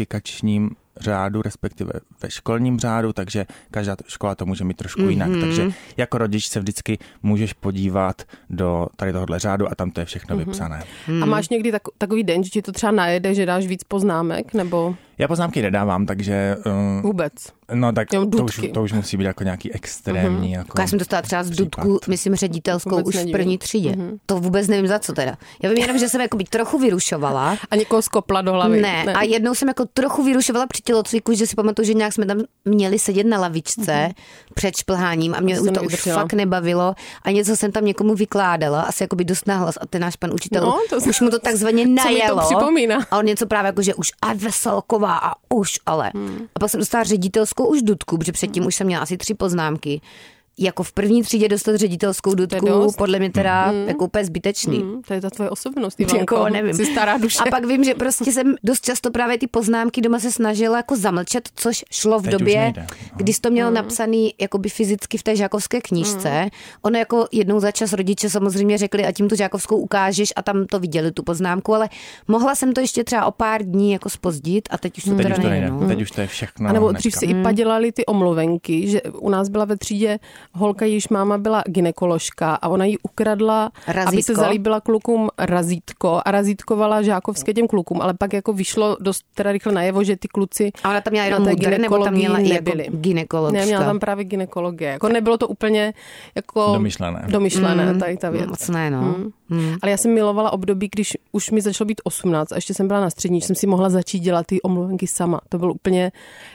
S5: klasifikačním řádu, respektive ve školním řádu, takže každá t- škola to může mít trošku mm-hmm. jinak.
S4: Mhm.
S5: Takže jako rodič se vždycky můžeš podívat do tady tohohle řádu a tam to je všechno
S4: Mhm.
S5: mm-hmm. vypsané.
S3: Hmm.
S4: A máš někdy tak, takový den, že ti to třeba najede, že dáš víc poznámek, nebo
S5: Já poznámky nedávám, takže um,
S4: vůbec?
S5: no tak
S4: Jo,
S5: to už,
S4: dutky.
S5: to už musí být jako nějaký extrémní. Mm-hmm.
S4: Mhm.
S5: Jako...
S3: Já jsem dostala třeba z
S5: případ.
S3: dudku, myslím, ředitelskou
S4: Vůbec
S3: už
S4: nedivím.
S3: v první třídě. Mm-hmm. To vůbec nevím za co teda. Já vím jenom, že jsem jako trochu vyrušovala.
S4: A někoho skopla do hlavy.
S3: Ne, a jednou jsem jako trochu vyrušovala při tělocviku, že si pamatuju, že nějak jsme tam měli sedět na lavičce před šplháním a mě
S4: Mhm. To
S3: už
S4: jsem
S3: to už
S4: nevydržela.
S3: fakt nebavilo a něco jsem tam někomu vykládala, asi jako by dost nahlas a ten náš pan učitel
S4: No, to-
S3: už mu to takzvaně
S4: to
S3: najelo.
S4: připomíná?
S3: A on něco právě jako, že už a veselková a už ale.
S4: Hmm.
S3: A pak jsem dostala ředitelskou už dudku, protože předtím už jsem měla asi tři poznámky. Jako v první třídě dostat ředitelskou dudku,
S4: dost. Hmm.
S3: podle mě teda jako úplně zbytečný.
S4: Hm, to je ta tvoje osobnost,
S3: Ty
S4: Ivanko.
S3: Jako, nevím.
S4: Jsi stará duše.
S3: A pak vím, že prostě jsem dost často právě ty poznámky doma se snažila jako zamlčet, což šlo v
S5: Teď už
S3: době,
S5: nejde, no.
S3: kdy jsi to
S4: Mm.
S3: měl napsaný jakoby fyzicky v té žákovské knížce. Ono jako jednou za čas rodiče samozřejmě řekli, a tím tu žákovskou ukážeš a tam to viděli, tu poznámku, ale mohla jsem to ještě třeba o pár dní jako spozdit a teď už to
S5: Teď
S3: teda
S5: už to
S3: nejde.
S5: nejde,
S3: No.
S5: teď už to je všechno.
S4: A nebo
S5: hnedka.
S4: dřív si
S3: Hmm.
S4: i padělali ty omluvenky, že u nás byla ve třídě holka, jejíž máma byla ginekoložka a ona jí ukradla, aby se
S3: Razítko?
S4: zalíbila klukům razítko a razítkovala žákovské těm klukům, ale pak jako vyšlo dost teda rychle najevo, že ty kluci
S3: A ona tam měla
S4: na
S3: jenom
S4: té
S3: mudr, nebo tam
S4: ginekologii
S3: měla i jako
S4: nebyli.
S3: ginekoložka?
S4: Ne, měla tam právě ginekologie. Jako nebylo to úplně jako...
S5: Domyšlené.
S3: Hmm.
S4: Domyšlené, tady ta věc.
S3: Moc ne, no.
S4: Mm. Ale já jsem milovala období, když už mi začalo být 18 a ještě jsem byla na střední, že jsem si mohla začít dělat ty omluvenky sama. To byl úplně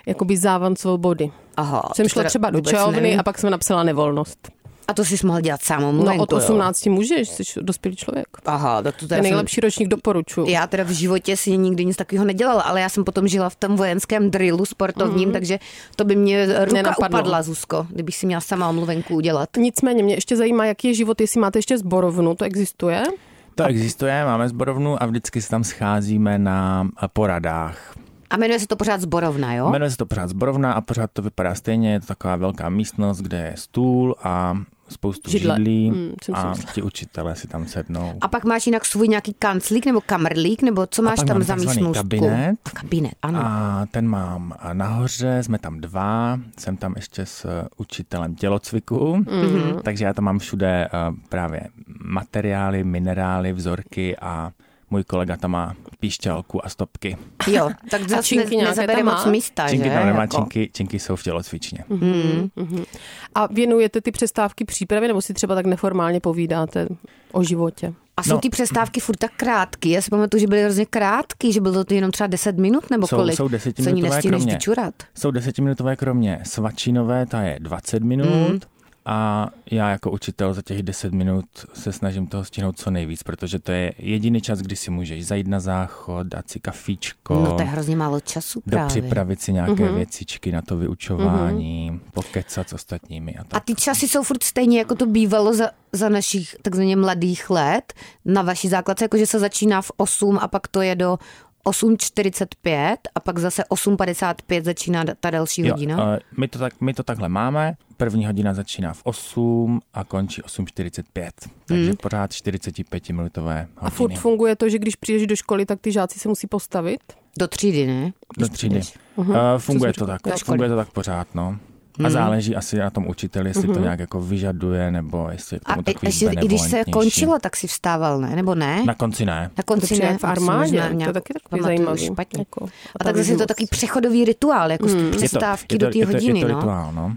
S4: jakoby závan svobody.
S3: Aha,
S4: Jsem
S3: to
S4: šla
S3: teda
S4: třeba do
S3: vůbec
S4: čelovny
S3: nevím.
S4: a pak jsem napsala nevolnost.
S3: A to jsi mohl dělat sám
S4: No
S3: omluvenku,
S4: od
S3: jo?
S4: 18 můžeš, jsi dospělý člověk.
S3: Aha, tak to
S4: To
S3: teda
S4: je
S3: jsem-
S4: nejlepší ročník,
S5: Jako-
S4: doporučuju.
S3: Já teda v životě si nikdy nic takového nedělala, ale já jsem potom žila v tom vojenském drillu
S5: Mhm.
S3: sportovním, mm-hmm. takže to by mě ruka
S4: Nenapadlo.
S3: Nenapadlo. upadla, Zuzko, kdybych si měla sama omluvenku udělat.
S4: Nicméně mě ještě zajímá, jaký je život, jestli máte ještě zborovnu, to existuje.
S5: To existuje, máme zborovnu a vždycky se tam scházíme na a, poradách.
S3: A jmenuje se to pořád zborovna, jo?
S5: Jmenuje se to pořád zborovna a pořád to vypadá stejně, je to taková velká místnost, kde je stůl a spoustu
S4: Židle.
S5: židlí
S4: Mm, jsem si
S5: a
S4: myslela.
S5: ti učitelé si tam sednou.
S3: A pak máš jinak svůj nějaký kanclík nebo kamrlík, nebo co máš
S5: pak
S3: tam
S5: mám
S3: za
S5: takzvaný
S3: místnost?
S5: kabinet.
S3: Kabinet, ano. A...
S5: A ten mám a nahoře, jsme tam dva, jsem tam ještě s eh, učitelem tělocviku,
S3: Mhm.
S5: mm-hmm. takže já tam mám všude eh, právě materiály, minerály, vzorky a můj kolega tam má píšťalku a stopky.
S3: Jo, tak zase
S4: činky
S3: ne,
S4: nějaké
S3: nezabere
S4: tam
S3: moc
S4: má?
S3: místa,
S5: Činky
S3: že?
S5: tam nemá,
S3: Jako- Mhm.
S5: činky, činky jsou v tělocvičně.
S4: A věnujete ty přestávky přípravě, nebo si třeba tak neformálně povídáte o životě?
S3: A jsou
S5: No.
S3: ty přestávky furt tak krátké. Já si pamatuju, že byly hrozně krátké, že bylo to jenom třeba 10 minut nebo
S5: Jsou-
S3: kolik.
S5: jsou
S3: Co ani
S5: desetiminutové
S3: nestihneš
S5: kromě.
S3: vyčurat.
S5: Jsou desetiminutové kromě svačinové, ta je 20 minut
S3: Mhm.
S5: mm. a já jako učitel za těch 10 minut se snažím toho stihnout co nejvíc, protože to je jediný čas, kdy si můžeš zajít na záchod, dát si kafíčko,
S3: No to je hrozně málo času právě. Mhm.
S5: dopřipravit si nějaké věcičky na to vyučování, pokecat s ostatními a
S3: A
S5: tak.
S3: ty časy jsou furt stejně, jako to bývalo za, za našich takzvaně mladých let na vaší základce, jakože se začíná v 8 a pak to je do 8.45 a pak zase 8.55 začíná da- ta další hodina.
S5: Jo, eh, my, to tak, my to takhle máme. První hodina začíná v 8 a končí 8.45. Takže
S3: Mhm.
S5: pořád 45-minutové
S4: A furt
S5: hodiny.
S4: funguje to, že když přijdeš do školy, tak ty žáci se musí postavit?
S3: Do třídy, ne?
S5: Do třídy.
S3: Mhm.
S5: Uh, funguje
S4: jsem
S5: to tak,
S4: říkala?
S5: funguje to tak pořád, no. A záleží asi na tom učiteli, jestli to nějak jako vyžaduje, nebo jestli je k
S3: Mhm. A
S5: tomu
S3: i,
S5: takový
S3: ještě, i když se
S5: benevolentnější.
S3: končilo, tak si vstával, ne? Nebo ne?
S5: Na konci ne.
S3: Na konci
S4: Dobře,
S3: ne,
S4: v
S3: tam si
S4: armádě,
S3: možná
S4: to
S3: nějak
S4: je taky takový
S3: pamatuju
S4: zajímavý,
S3: Špatně. Jako,
S4: jako,
S3: a
S4: a
S3: tak
S4: tam
S3: zase je to
S4: život.
S3: takový přechodový rituál, jako hmm.
S5: Je to,
S3: přestávky
S5: je to,
S3: do té
S5: je to,
S3: hodiny,
S5: je to
S3: no.
S5: rituál, no.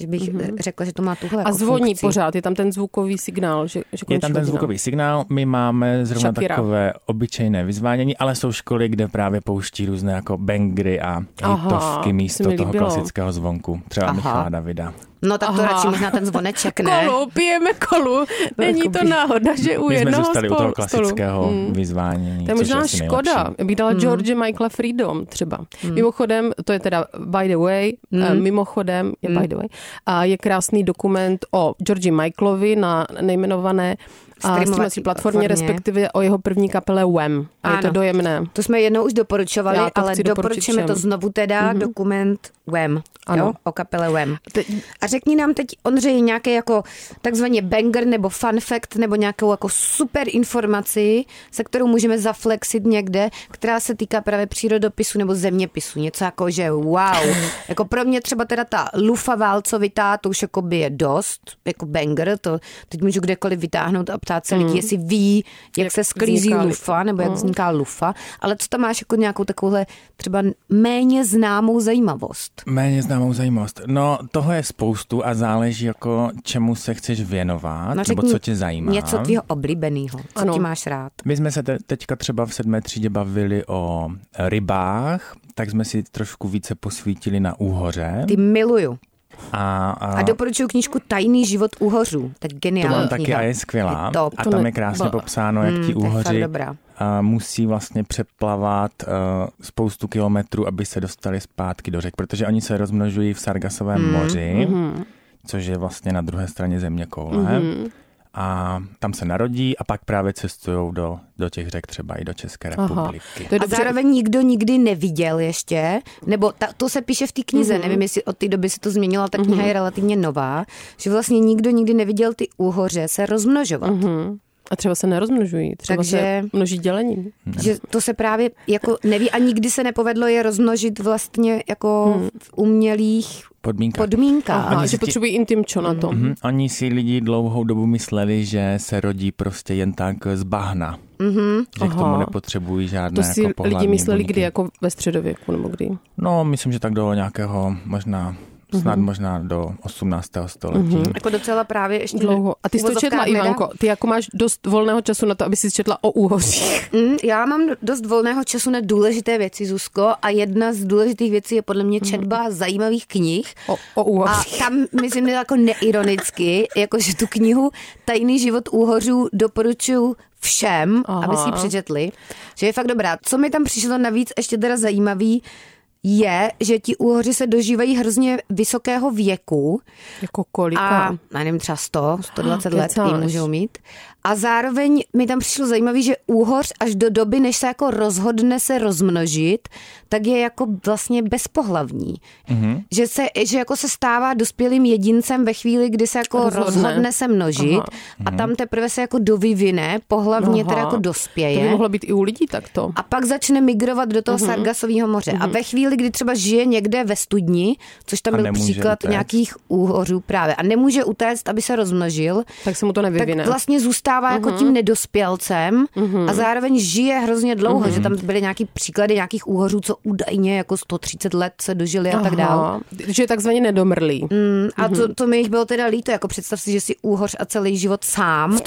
S3: Že bych eh, řekla, že to má tuhle
S4: Mhm. A
S3: jako
S4: zvoní
S3: funkci.
S4: pořád, je tam ten zvukový signál, že, že
S5: Je
S4: končí
S5: tam ten
S4: hodina.
S5: zvukový signál, my máme zrovna
S4: Shakira.
S5: takové obyčejné vyzvánění, ale jsou školy, kde právě pouští různé jako bangry a
S4: Aha,
S5: hitovky
S4: to se
S5: místo
S4: mi
S5: toho
S4: líbilo.
S5: klasického zvonku. Třeba
S3: Aha.
S5: Aha. Michala Davida.
S3: No tak to
S4: Aha.
S3: radši možná ten zvoneček, ne?
S4: Kolu, pijeme kolu. Není to náhoda, že u
S5: No, jako My jsme
S4: jednoho
S5: zůstali u toho
S4: spolu-
S5: klasického
S4: stolu.
S5: hmm. vyzvánění.
S4: To je
S5: což
S4: možná
S5: asi
S4: škoda.
S5: nejlepší.
S4: Já bych dala
S3: Hmm.
S4: George Michaela Freedom třeba. Mimochodem, to je teda by the way, eh,
S3: Hmm.
S4: mimochodem je by the way, a je krásný dokument o Georgi Michaelovi na nejmenované a
S3: Streamovací
S4: streamovací platformě,
S3: platformě.
S4: respektive o jeho první kapele Wham. A je to
S3: Ano.
S4: dojemné.
S3: To jsme jednou už doporučovali,
S4: Já to
S3: ale
S4: chci doporučit
S3: doporučíme to
S4: všem. Mhm.
S3: znovu teda, dokument Wham,
S4: Ano.
S3: jo, o kapele Wham.
S4: Teď-
S3: A řekni nám teď, Ondřej, nějaký jako takzvaně banger nebo fun fact nebo nějakou jako super informaci, se kterou můžeme zaflexit někde, která se týká právě přírodopisu nebo zeměpisu. Něco jako, že wow. jako pro mě třeba teda ta lufa válcovitá, to už jako by je dost, jako banger, to teď můžu kdekoliv vytáhnout a ptát
S4: Mhm.
S3: se lidí, jestli ví, jak, jak se sklízí
S4: vzniká no.
S3: lufa nebo jak vzniká lufa, ale co tam máš jako nějakou takovouhle třeba méně známou zajímavost?
S5: Méně známou zajímavost. No, toho je spoustu a záleží jako čemu se chceš věnovat,
S3: No,
S5: nebo
S3: řekni
S5: co tě zajímá.
S3: Něco tvýho oblíbeného, co
S4: Ano.
S3: ano. ti máš rád.
S5: My jsme se te- teďka třeba v sedmé třídě bavili o rybách, tak jsme si trošku více posvítili na úhoře.
S3: Ty miluju.
S5: A,
S3: A,
S5: a,
S3: doporučuji knížku Tajný život úhořů. Tak
S5: to
S3: geniální
S5: mám taky
S3: kniha.
S5: a je skvělá.
S3: Je top.
S5: a
S4: To
S5: tam
S4: ne-
S5: je krásně
S4: ba-
S5: popsáno, jak ti
S3: Hmm, to je fakt
S5: úhoři
S3: dobrá.
S5: a, musí vlastně přeplavat uh, spoustu kilometrů, aby se dostali zpátky do řek, protože oni se rozmnožují v Sargasovém
S3: Hmm,
S5: moři,
S3: mhm.
S5: což je vlastně na druhé straně země koule. A tam se narodí a pak právě cestují do, do těch řek, třeba i do České republiky.
S4: To je
S3: A
S4: dobře.
S3: zároveň nikdo nikdy neviděl ještě, nebo ta, to se píše v té knize,
S4: Mhm.
S3: mm-hmm. nevím, jestli od té doby se to změnilo, ale ta kniha mm-hmm. je relativně nová, že vlastně nikdo nikdy neviděl ty úhoře se rozmnožovat. Mm-hmm.
S4: Mhm. A třeba se nerozmnožují, třeba
S3: Takže-
S4: se množí dělením.
S3: Že to se právě jako neví a nikdy se nepovedlo je rozmnožit vlastně jako
S4: Hmm.
S3: v umělých
S5: Podmínka.
S3: podmínkách.
S4: A
S5: Oni
S4: že
S5: si ti-
S4: potřebují intimčo na to.
S5: Mhm, Oni si lidi dlouhou dobu mysleli, že se rodí prostě jen tak z bahna. Mm-hmm. Že k tomu
S4: Aha.
S5: nepotřebují žádné
S4: Mhm. To si
S5: jako
S4: lidi
S5: pohlavní
S4: mysleli
S5: buňky.
S4: kdy, jako ve středověku, nebo kdy.
S5: No, myslím, že tak do nějakého možná,
S4: Mhm.
S5: snad možná do 18. století.
S3: Jako docela právě ještě
S4: Dlouho. A ty jsi to
S3: uvozovkách
S4: četla,
S3: nedá-
S4: Ivanko. Ty jako máš dost volného času na to, aby si četla o úhořích.
S3: Mm, já mám dost volného času na důležité věci, Zuzko, a jedna z důležitých věcí je podle mě četba zajímavých knih.
S4: Hmm. O, o
S3: A
S4: úhořích.
S3: tam, myslím, jako neironicky, jakože tu knihu Tajný život úhořů doporučuju všem,
S4: Aha.
S3: Aha. aby si ji přečetli, že je fakt dobrá. Co mi tam přišlo navíc ještě teda zajímavý, je, že ti úhoři se dožívají hrozně vysokého věku,
S4: Jako kolika? Ah,
S3: a já nevím, třeba 100, 120 let
S4: Kecáš.
S3: jim můžou mít. A zároveň mi tam přišlo zajímavé, že úhoř až do doby, než se jako rozhodne se rozmnožit, tak je jako vlastně bezpohlavní. Mm-hmm. Že, se, že jako se stává dospělým jedincem ve chvíli, kdy se jako rozhodne,
S4: Rozhodne.
S3: rozhodne se množit Aha.
S4: Aha.
S3: a tam teprve se jako dovyvine, pohlavně teda
S4: Aha.
S3: jako
S4: To by
S3: dospěje.
S4: mohlo být i u lidí takto.
S3: A pak začne migrovat do toho Sargasového moře. A ve chvíli, kdy třeba žije někde ve studni, což tam
S5: A
S3: byl
S5: nemůže
S3: příklad
S5: utéct.
S3: nějakých úhořů právě, a nemůže utéct, aby se rozmnožil,
S4: Tak se mu to
S3: tak
S4: nevyvine.
S3: vlastně zůstává jako tím nedospělcem a zároveň žije hrozně dlouho, že tam byly nějaký příklady nějakých úhořů, co údajně jako 130 let se dožili a tak Mm. dále.
S4: Aha. Že je takzvaně nedomrlý.
S3: A to, to mi jich bylo teda líto, jako představ si, že jsi úhoř a celý život sám,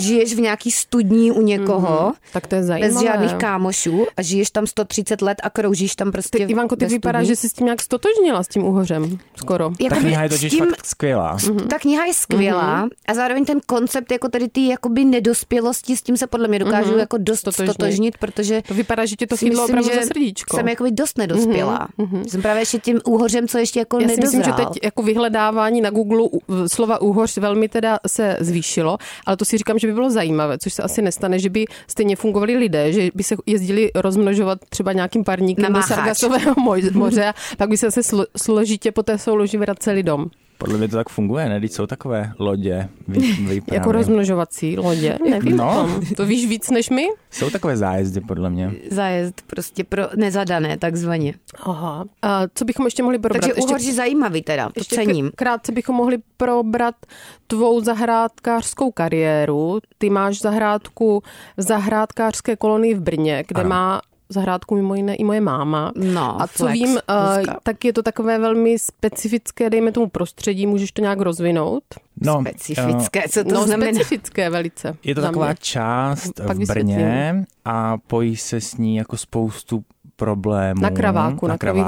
S3: žiješ v nějaký studní u někoho,
S4: Tak to je zajímavé.
S3: bez žádných kámošů a žiješ tam 130 let a kroužíš tam prostě
S4: Ty, Ivanko, ty
S3: ve
S4: vypadá, že
S3: studni.
S4: jsi s tím nějak stotožnila, s tím úhořem. Skoro.
S5: Ta
S3: Jakoby
S5: kniha je
S3: s
S5: totiž
S3: tím-
S5: fakt skvělá.
S3: Ta kniha je skvělá a zároveň ten koncept jako tady ty jakoby nedospělosti, s tím se podle mě dokážu jako dost
S4: Stotožnit.
S3: stotožnit, protože
S4: To vypadá, že tě to
S3: si
S4: chytlo
S3: myslím,
S4: opravdu
S3: že
S4: za srdíčko.
S3: Jsem jakoby dost nedospělá. Jsem právě ještě tím úhořem, co ještě jako
S4: Já si
S3: nedozrál.
S4: myslím, že teď jako vyhledávání na Google slova úhoř velmi teda se zvýšilo, ale to si říkám, že by bylo zajímavé, což se asi nestane, že by stejně fungovali lidé, že by se jezdili rozmnožovat třeba nějakým
S3: Na
S4: parníkem do
S3: máchač.
S4: Sargasového mo- moře a pak by se zase slo- složitě po té souloži vraceli dom.
S5: Podle mě to tak funguje, ne? Když jsou takové lodě, vy, výpravy.
S4: Jako rozmnožovací lodě, nevím.
S5: No.
S4: No. Tom. To víš víc než my?
S5: Jsou takové zájezdy, podle mě.
S3: Zajezd prostě pro nezadané takzvaně.
S4: Aha. A co bychom ještě mohli probrat?
S3: Takže
S4: ještě
S3: úhoř je zajímavý teda, to
S4: Ještě
S3: cením.
S4: k- krátce bychom mohli probrat tvou zahrádkářskou kariéru. Ty máš zahrádku v zahrádkářské kolonii v Brně, kde ano. má zahrádku mimo jiné i moje máma.
S3: No,
S4: A co
S3: flex,
S4: vím, eh,
S3: Zuzka.
S4: tak je to takové velmi specifické, dejme tomu prostředí, můžeš to nějak rozvinout?
S5: No, eh,
S3: Specifické, co to
S4: no,
S3: znamená?
S4: specifické velice.
S5: Je to
S4: za
S5: taková
S4: mě.
S5: část
S4: Pak
S5: v Brně a pojí se s ní jako spoustu problémů.
S4: Na Kraváku, na Kravý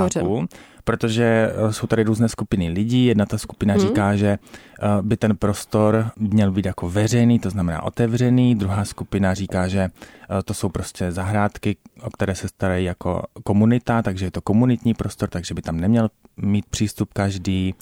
S5: Protože eh, jsou tady různé skupiny lidí. Jedna ta
S4: Mhm.
S5: skupina říká, že eh, by ten prostor měl být jako veřejný, to znamená otevřený. Druhá skupina říká, že eh, to jsou prostě zahrádky, o které se starají jako komunita, takže je to komunitní prostor, takže by tam neměl mít přístup každý.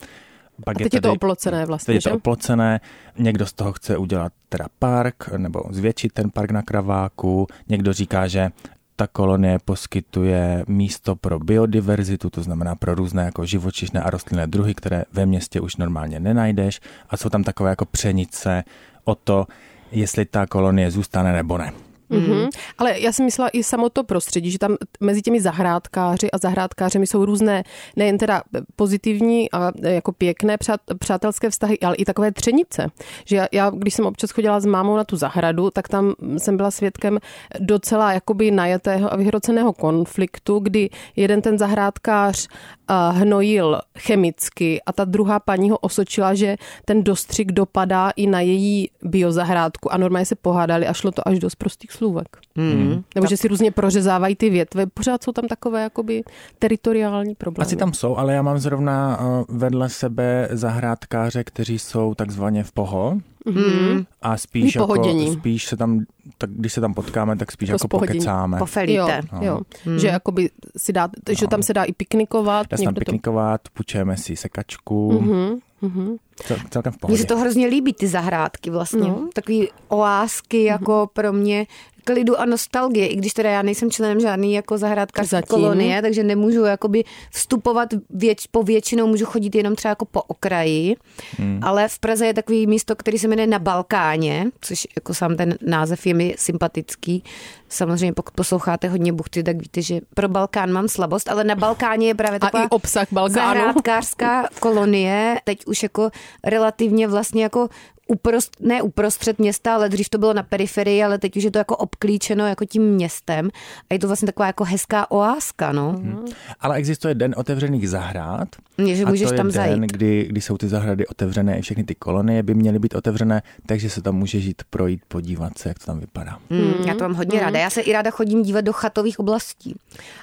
S5: Pak
S4: A teď je to
S5: tady-
S4: oplocené vlastně,
S5: Teď je
S4: že?
S5: to oplocené, někdo z toho chce udělat teda park, nebo zvětšit ten park na Kraváku, někdo říká, že ta kolonie poskytuje místo pro biodiverzitu, to znamená pro různé jako živočišné a rostlinné druhy, které ve městě už normálně nenajdeš a jsou tam takové jako přenice o to, jestli ta kolonie zůstane nebo ne.
S4: Mm-hmm. Ale já jsem myslela i samo to prostředí, že tam t- mezi těmi zahrádkáři a zahrádkářemi jsou různé, nejen teda pozitivní a eh, jako pěkné přát, přátelské vztahy, ale i takové třenice. Že já, já, když jsem občas chodila s mámou na tu zahradu, tak tam jsem byla svědkem docela jakoby najetého a vyhroceného konfliktu, kdy jeden ten zahrádkář a, hnojil chemicky a ta druhá paní ho osočila, že ten dostřik dopadá i na její biozahrádku a normálně se pohádali a šlo to až do prostých slůvek.
S5: Hmm.
S3: Mm.
S4: Nebo že si různě prořezávají ty větve, pořád jsou tam takové jakoby teritoriální problémy.
S5: Asi tam jsou, ale já mám zrovna eh, vedle sebe zahrádkáře, kteří jsou takzvaně v poho.
S3: Mm.
S5: A spíš, jako,
S4: Vypohodění.
S5: spíš se tam, tak když se tam potkáme, tak spíš
S4: To
S5: jako
S4: spohodění.
S5: pokecáme.
S4: jo,
S3: Pofelíte.
S4: jo. Že jakoby si dá, že tam se dá i piknikovat.
S5: No. Hmm. Dá se tam
S4: někdo to-
S5: piknikovat, půjčujeme si sekačku. Mm-hmm. Cel, celkem v
S3: Mně
S5: pohodě.
S3: se Mhm, to hrozně líbí, ty zahrádky vlastně. No. Takový oásky jako pro mě klidu a nostalgie, i když teda já nejsem členem žádný jako zahrádkářské
S4: Zatím.
S3: kolonie, takže nemůžu jakoby vstupovat věč, po většinou, můžu chodit jenom třeba jako po okraji, hmm. ale v Praze je takový místo, který se jmenuje Na Balkáně, což jako sám ten název je mi sympatický. Samozřejmě pokud posloucháte hodně buchty, tak víte, že pro Balkán mám slabost, ale Na Balkáně je právě
S4: A
S3: taková
S4: i obsah Balkánu.
S3: zahrádkářská kolonie, teď už jako relativně vlastně jako uprost, ne uprostřed města, ale dřív to bylo na periferii, ale teď už je to jako obklíčeno jako tím městem a je to vlastně taková jako hezká oáska, no.
S4: Mhm.
S3: Mm.
S5: Ale existuje den otevřených zahrad.
S3: Je, že
S5: a
S3: můžeš
S5: to je
S3: tam
S5: den,
S3: zajít.
S5: Kdy, kdy jsou ty zahrady otevřené, i všechny ty kolonie by měly být otevřené, takže se tam může žít, projít, podívat se, jak to tam vypadá.
S3: Mm, já to mám
S4: Mhm.
S3: hodně mm. ráda. Já se i ráda chodím dívat do chatových oblastí.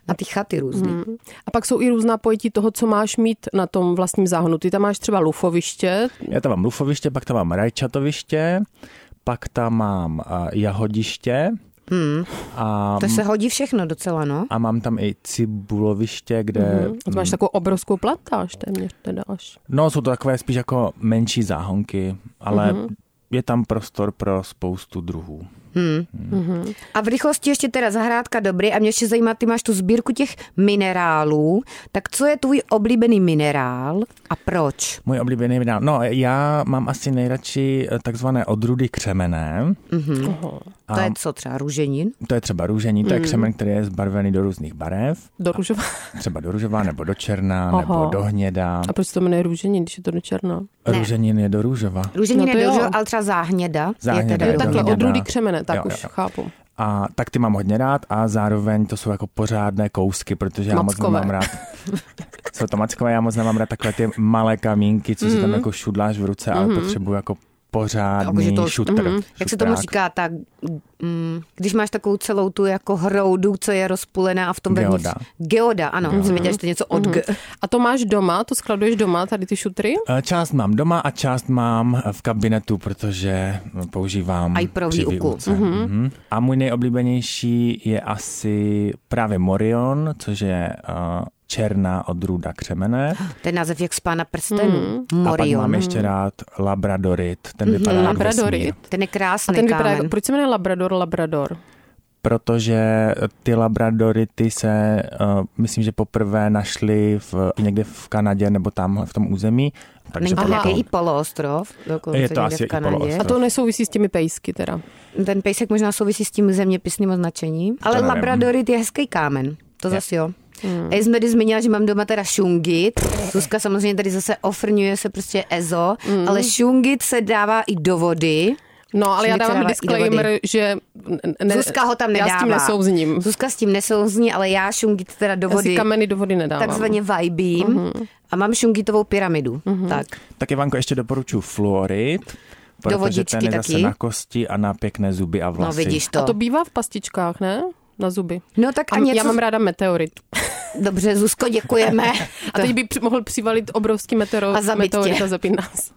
S3: Na ty chaty různý.
S4: Mhm.
S3: Mm.
S4: A pak jsou i různá pojetí toho, co máš mít na tom vlastním záhonu. Ty tam máš třeba lufoviště,
S5: Já tam mám lufoviště, pak tam mám rajčatoviště, pak tam mám a, jahodiště a,
S3: To se hodí všechno docela, no.
S5: a mám tam i cibuloviště, kde...
S4: A to
S5: Hmm.
S4: máš takovou obrovskou plantáž téměř teda až.
S5: No, jsou to takové spíš jako menší záhonky, ale mm-hmm. je tam prostor pro spoustu druhů.
S3: A v rychlosti ještě teda zahrádka dobrý a mě ještě zajímá, ty máš tu sbírku těch minerálů, tak co je tvůj oblíbený minerál a proč?
S5: Můj oblíbený minerál. No, já mám asi nejradši eh, takzvané odrudy křemené.
S3: A... To je co třeba růženin?
S5: To je třeba růžení, to je křemen, který je zbarvený do různých barev.
S4: Do růžová.
S5: Třeba do růžová, nebo do černá,
S4: Aha.
S5: nebo do hněda.
S4: A proč se to jmenuje růžení, když je to do černá?
S3: Ne.
S5: Růženin je do růžova.
S3: Růženin
S4: No
S3: no
S4: to
S3: je
S4: jo.
S3: dobře, ale třeba záhněda,
S5: Záhněda
S3: je teda
S4: Jo,
S5: je do
S4: takhle,
S5: hněda.
S4: odrůdy křemene, tak
S5: Jo, jo,
S4: už
S5: jo.
S4: chápu.
S5: A tak ty mám hodně rád a zároveň to jsou jako pořádné kousky, protože já moc
S4: Mackové.
S5: nemám rád. Jsou to mackové, já moc nemám rád takové ty malé kamínky, co mm-hmm.
S3: Mhm.
S5: si tam jako šudláš v ruce, mm-hmm. ale potřebuju jako pořádný
S3: Takže Mhm.
S5: jako,
S3: to-
S5: to, šutr. Mm-hmm.
S3: Jak se tomu říká, tak mm, když máš takovou celou tu jako hroudu, co je rozpulená a v tom vevnitř...
S5: Geoda. Mhm.
S3: Geoda, ano, jsem věděla, že to je něco od G.
S4: A to máš doma, to skladuješ doma, tady ty šutry?
S5: Eh, Část mám doma a část mám v kabinetu, protože používám
S3: A i pro
S5: při
S3: výuku. Mhm.
S5: výuce. Mm-hmm. A můj nejoblíbenější je asi právě Morion, což je eh, černá odrůda křemene.
S3: Ten název jak z pána
S4: Mhm.
S3: prstenů. Mm.
S5: A pak mám
S3: Morion.
S5: ještě rád Labradorit, ten vypadá mm-hmm. jak
S4: Labradorit.
S5: vesmír.
S3: Ten je krásný
S4: A ten vypadá,
S3: kámen.
S4: jako, proč se jmenuje Labrador Labrador?
S5: protože ty labradority se, uh, myslím, že poprvé našly v, někde v Kanadě nebo tam v tom území. jako-
S3: Není to
S5: proto-
S3: nějaký i poloostrov, dokonce
S5: Je to
S3: někde
S5: asi i
S3: v Kanadě.
S5: poloostrov.
S4: A to nesouvisí s těmi pejsky teda.
S3: Ten pejsek možná souvisí s tím zeměpisným označením, ale
S5: nevím.
S3: labradorit je hezký kámen, to zase jo. Hmm. jsem tady zmínila, že mám doma teda šungit. Zuzka samozřejmě tady zase ofrňuje se prostě EZO, hmm. ale šungit se dává i do vody.
S4: No, ale já
S3: Čili
S4: dávám
S3: třeba i do
S4: disclaimer,
S3: vody.
S4: že... n- Ne,
S3: Zuzka ho tam nedává.
S4: Já s tím nesouzním.
S3: Zuzka s tím nesouzní, ale já šungit teda do
S4: Já si
S3: vody
S4: kameny do vody nedávám.
S3: takzvaně vibím a mám šungitovou pyramidu. Tak. no,
S5: Tak Ivanko, ještě doporučuji fluorit, protože
S3: vodičky
S5: ten je zase
S3: taky?
S5: na kosti a na pěkné zuby a
S3: No
S5: vlasy.
S3: vidíš to.
S4: A to bývá v pastičkách, ne? Na zuby.
S3: No tak a,
S4: A
S3: něco...
S4: já mám ráda meteorit.
S3: Dobře, Zuzko, děkujeme.
S4: A teď by při- mohl přivalit obrovský meteoro,
S3: A zabít tě.
S4: meteorit a zabít nás.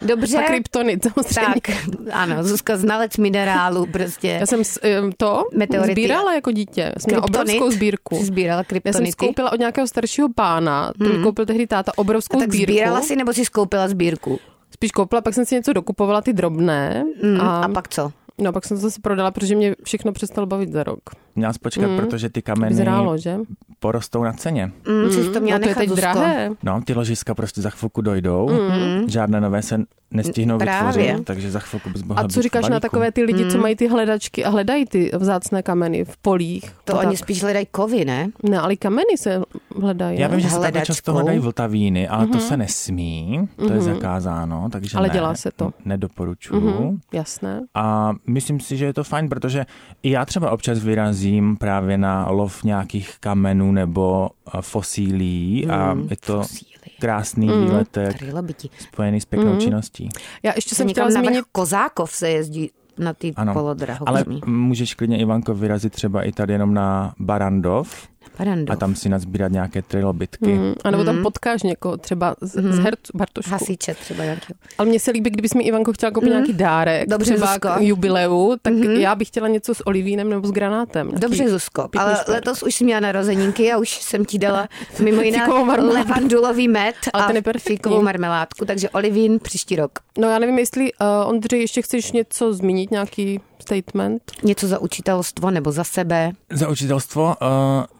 S3: Dobře.
S4: A kryptonit samozřejmě.
S3: Tak, ano, Zuzka znalec minerálu prostě.
S4: Já jsem s- em, to
S3: Meteority.
S4: sbírala jako dítě. Jsem měla
S3: Kryptonit.
S4: obrovskou sbírku.
S3: Jsi sbírala
S4: Já jsem
S3: kryptonity. Hmm.
S4: skoupila od nějakého staršího pána, ten mi koupil tehdy táta obrovskou
S3: tak
S4: sbírku.
S3: sbírala si nebo si skoupila sbírku?
S4: Spíš koupila, pak jsem si něco dokupovala, ty drobné.
S3: Mm,
S4: a,
S3: a pak co?
S4: No pak jsem to zase prodala, protože mě všechno přestalo bavit za rok.
S5: Měla počkat, mm. protože ty kameny
S4: Vyzrálo, že?
S5: porostou na ceně.
S3: Mm, jsi to měla
S4: no to je
S3: nechat,
S4: teď
S3: Zuzko?
S4: drahé.
S5: No, ty ložiska prostě za chvilku dojdou, mm. žádné nové se nestihnou
S3: Právě.
S5: vytvořit, takže za chvilku bys mohla
S4: A
S5: být
S4: co
S5: v
S4: říkáš na
S5: balíku.
S4: takové ty lidi, co
S3: Hmm.
S4: mají ty hledačky a hledají ty vzácné kameny v polích?
S3: To
S4: a
S3: oni
S4: No tak?
S3: spíš hledají kovy, ne?
S4: Ne, ale i kameny se hledají.
S5: Já
S4: ne?
S5: vím, že se takhle
S3: Hledačkou.
S5: často hledají vltavíny, ale mm-hmm. to se nesmí, to mm-hmm. je zakázáno, takže
S4: Mhm. Ale
S5: ne,
S4: dělá se to.
S5: Nedoporučuju. Mm-hmm.
S4: Mhm, jasné.
S5: A myslím si, že je to fajn, protože i já třeba občas vyrazím právě na lov nějakých kamenů nebo eh, fosílí a
S4: Mhm.
S5: je to
S3: fosílie.
S5: krásný mm. výletek
S3: Tady labiti.
S5: spojený s pěknou
S4: Mhm.
S5: mm. činností.
S4: Já ještě
S3: Jsem
S4: jsem chtěla
S3: někam na vrch
S4: zmínit,
S3: Kozákov se jezdí na ty
S5: Ano, ale
S3: polodrahokřemí.
S5: můžeš klidně, Ivanko, vyrazit třeba i tady jenom na Barandov a
S3: Barandov.
S5: tam si nazbírat nějaké trilobitky. Mm.
S4: a nebo
S3: Mhm.
S4: tam potkáš někoho třeba z, z herců Bartošku.
S3: Hasiče třeba nějaký.
S4: Ale mně se líbí, kdybys mi Ivanko chtěla koupit nějaký dárek,
S3: Mhm. Dobře,
S4: třeba
S3: Zuzko. Mhm.
S4: k jubileu, tak já bych chtěla něco s olivínem nebo s granátem. Nějaký
S3: Dobře, Zuzko,
S4: pěkný
S3: ale
S4: šperk.
S3: letos už jsem měla narozeninky a už jsem ti dala mimo jiné
S4: Fíkovou marmeládu.
S3: levandulový med
S4: Ale ten je
S3: a
S4: perfektní.
S3: fíkovou marmeládku, takže olivín příští rok.
S4: No já nevím, jestli, uh, Ondřej, ještě chceš něco zmínit, nějaký statement?
S3: Něco za učitelstvo nebo za sebe.
S5: Za učitelstvo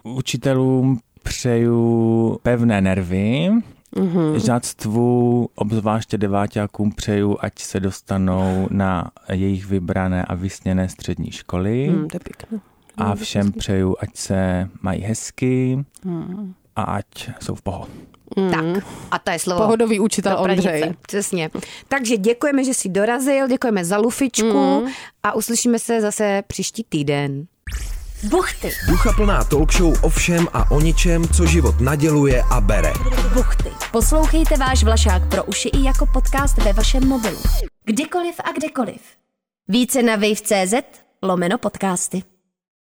S5: uh, učitelům přeju pevné nervy, mm-hmm. žáctvu, obzvláště devátákům přeju, ať se dostanou na jejich vybrané a vysněné střední školy
S4: Hmm, to je pěkné.
S5: a všem přeju, ať se mají hezky a ať jsou v pohodě.
S3: Tak, a to je slovo.
S4: Pohodový učitel
S3: do pranice.
S4: Hmm. Ondřej.
S3: Přesně. Takže děkujeme, že jsi dorazil, děkujeme za lufičku
S4: Hmm.
S3: a uslyšíme se zase příští týden.
S1: Buchty,
S2: Ducha plná talk show o všem a o ničem, co život naděluje a bere.
S1: buchty. Poslouchejte váš Vlašák pro uši i jako podcast ve vašem mobilu. Kdykoliv a kdekoliv. Více na wave.cz lomeno podcasty.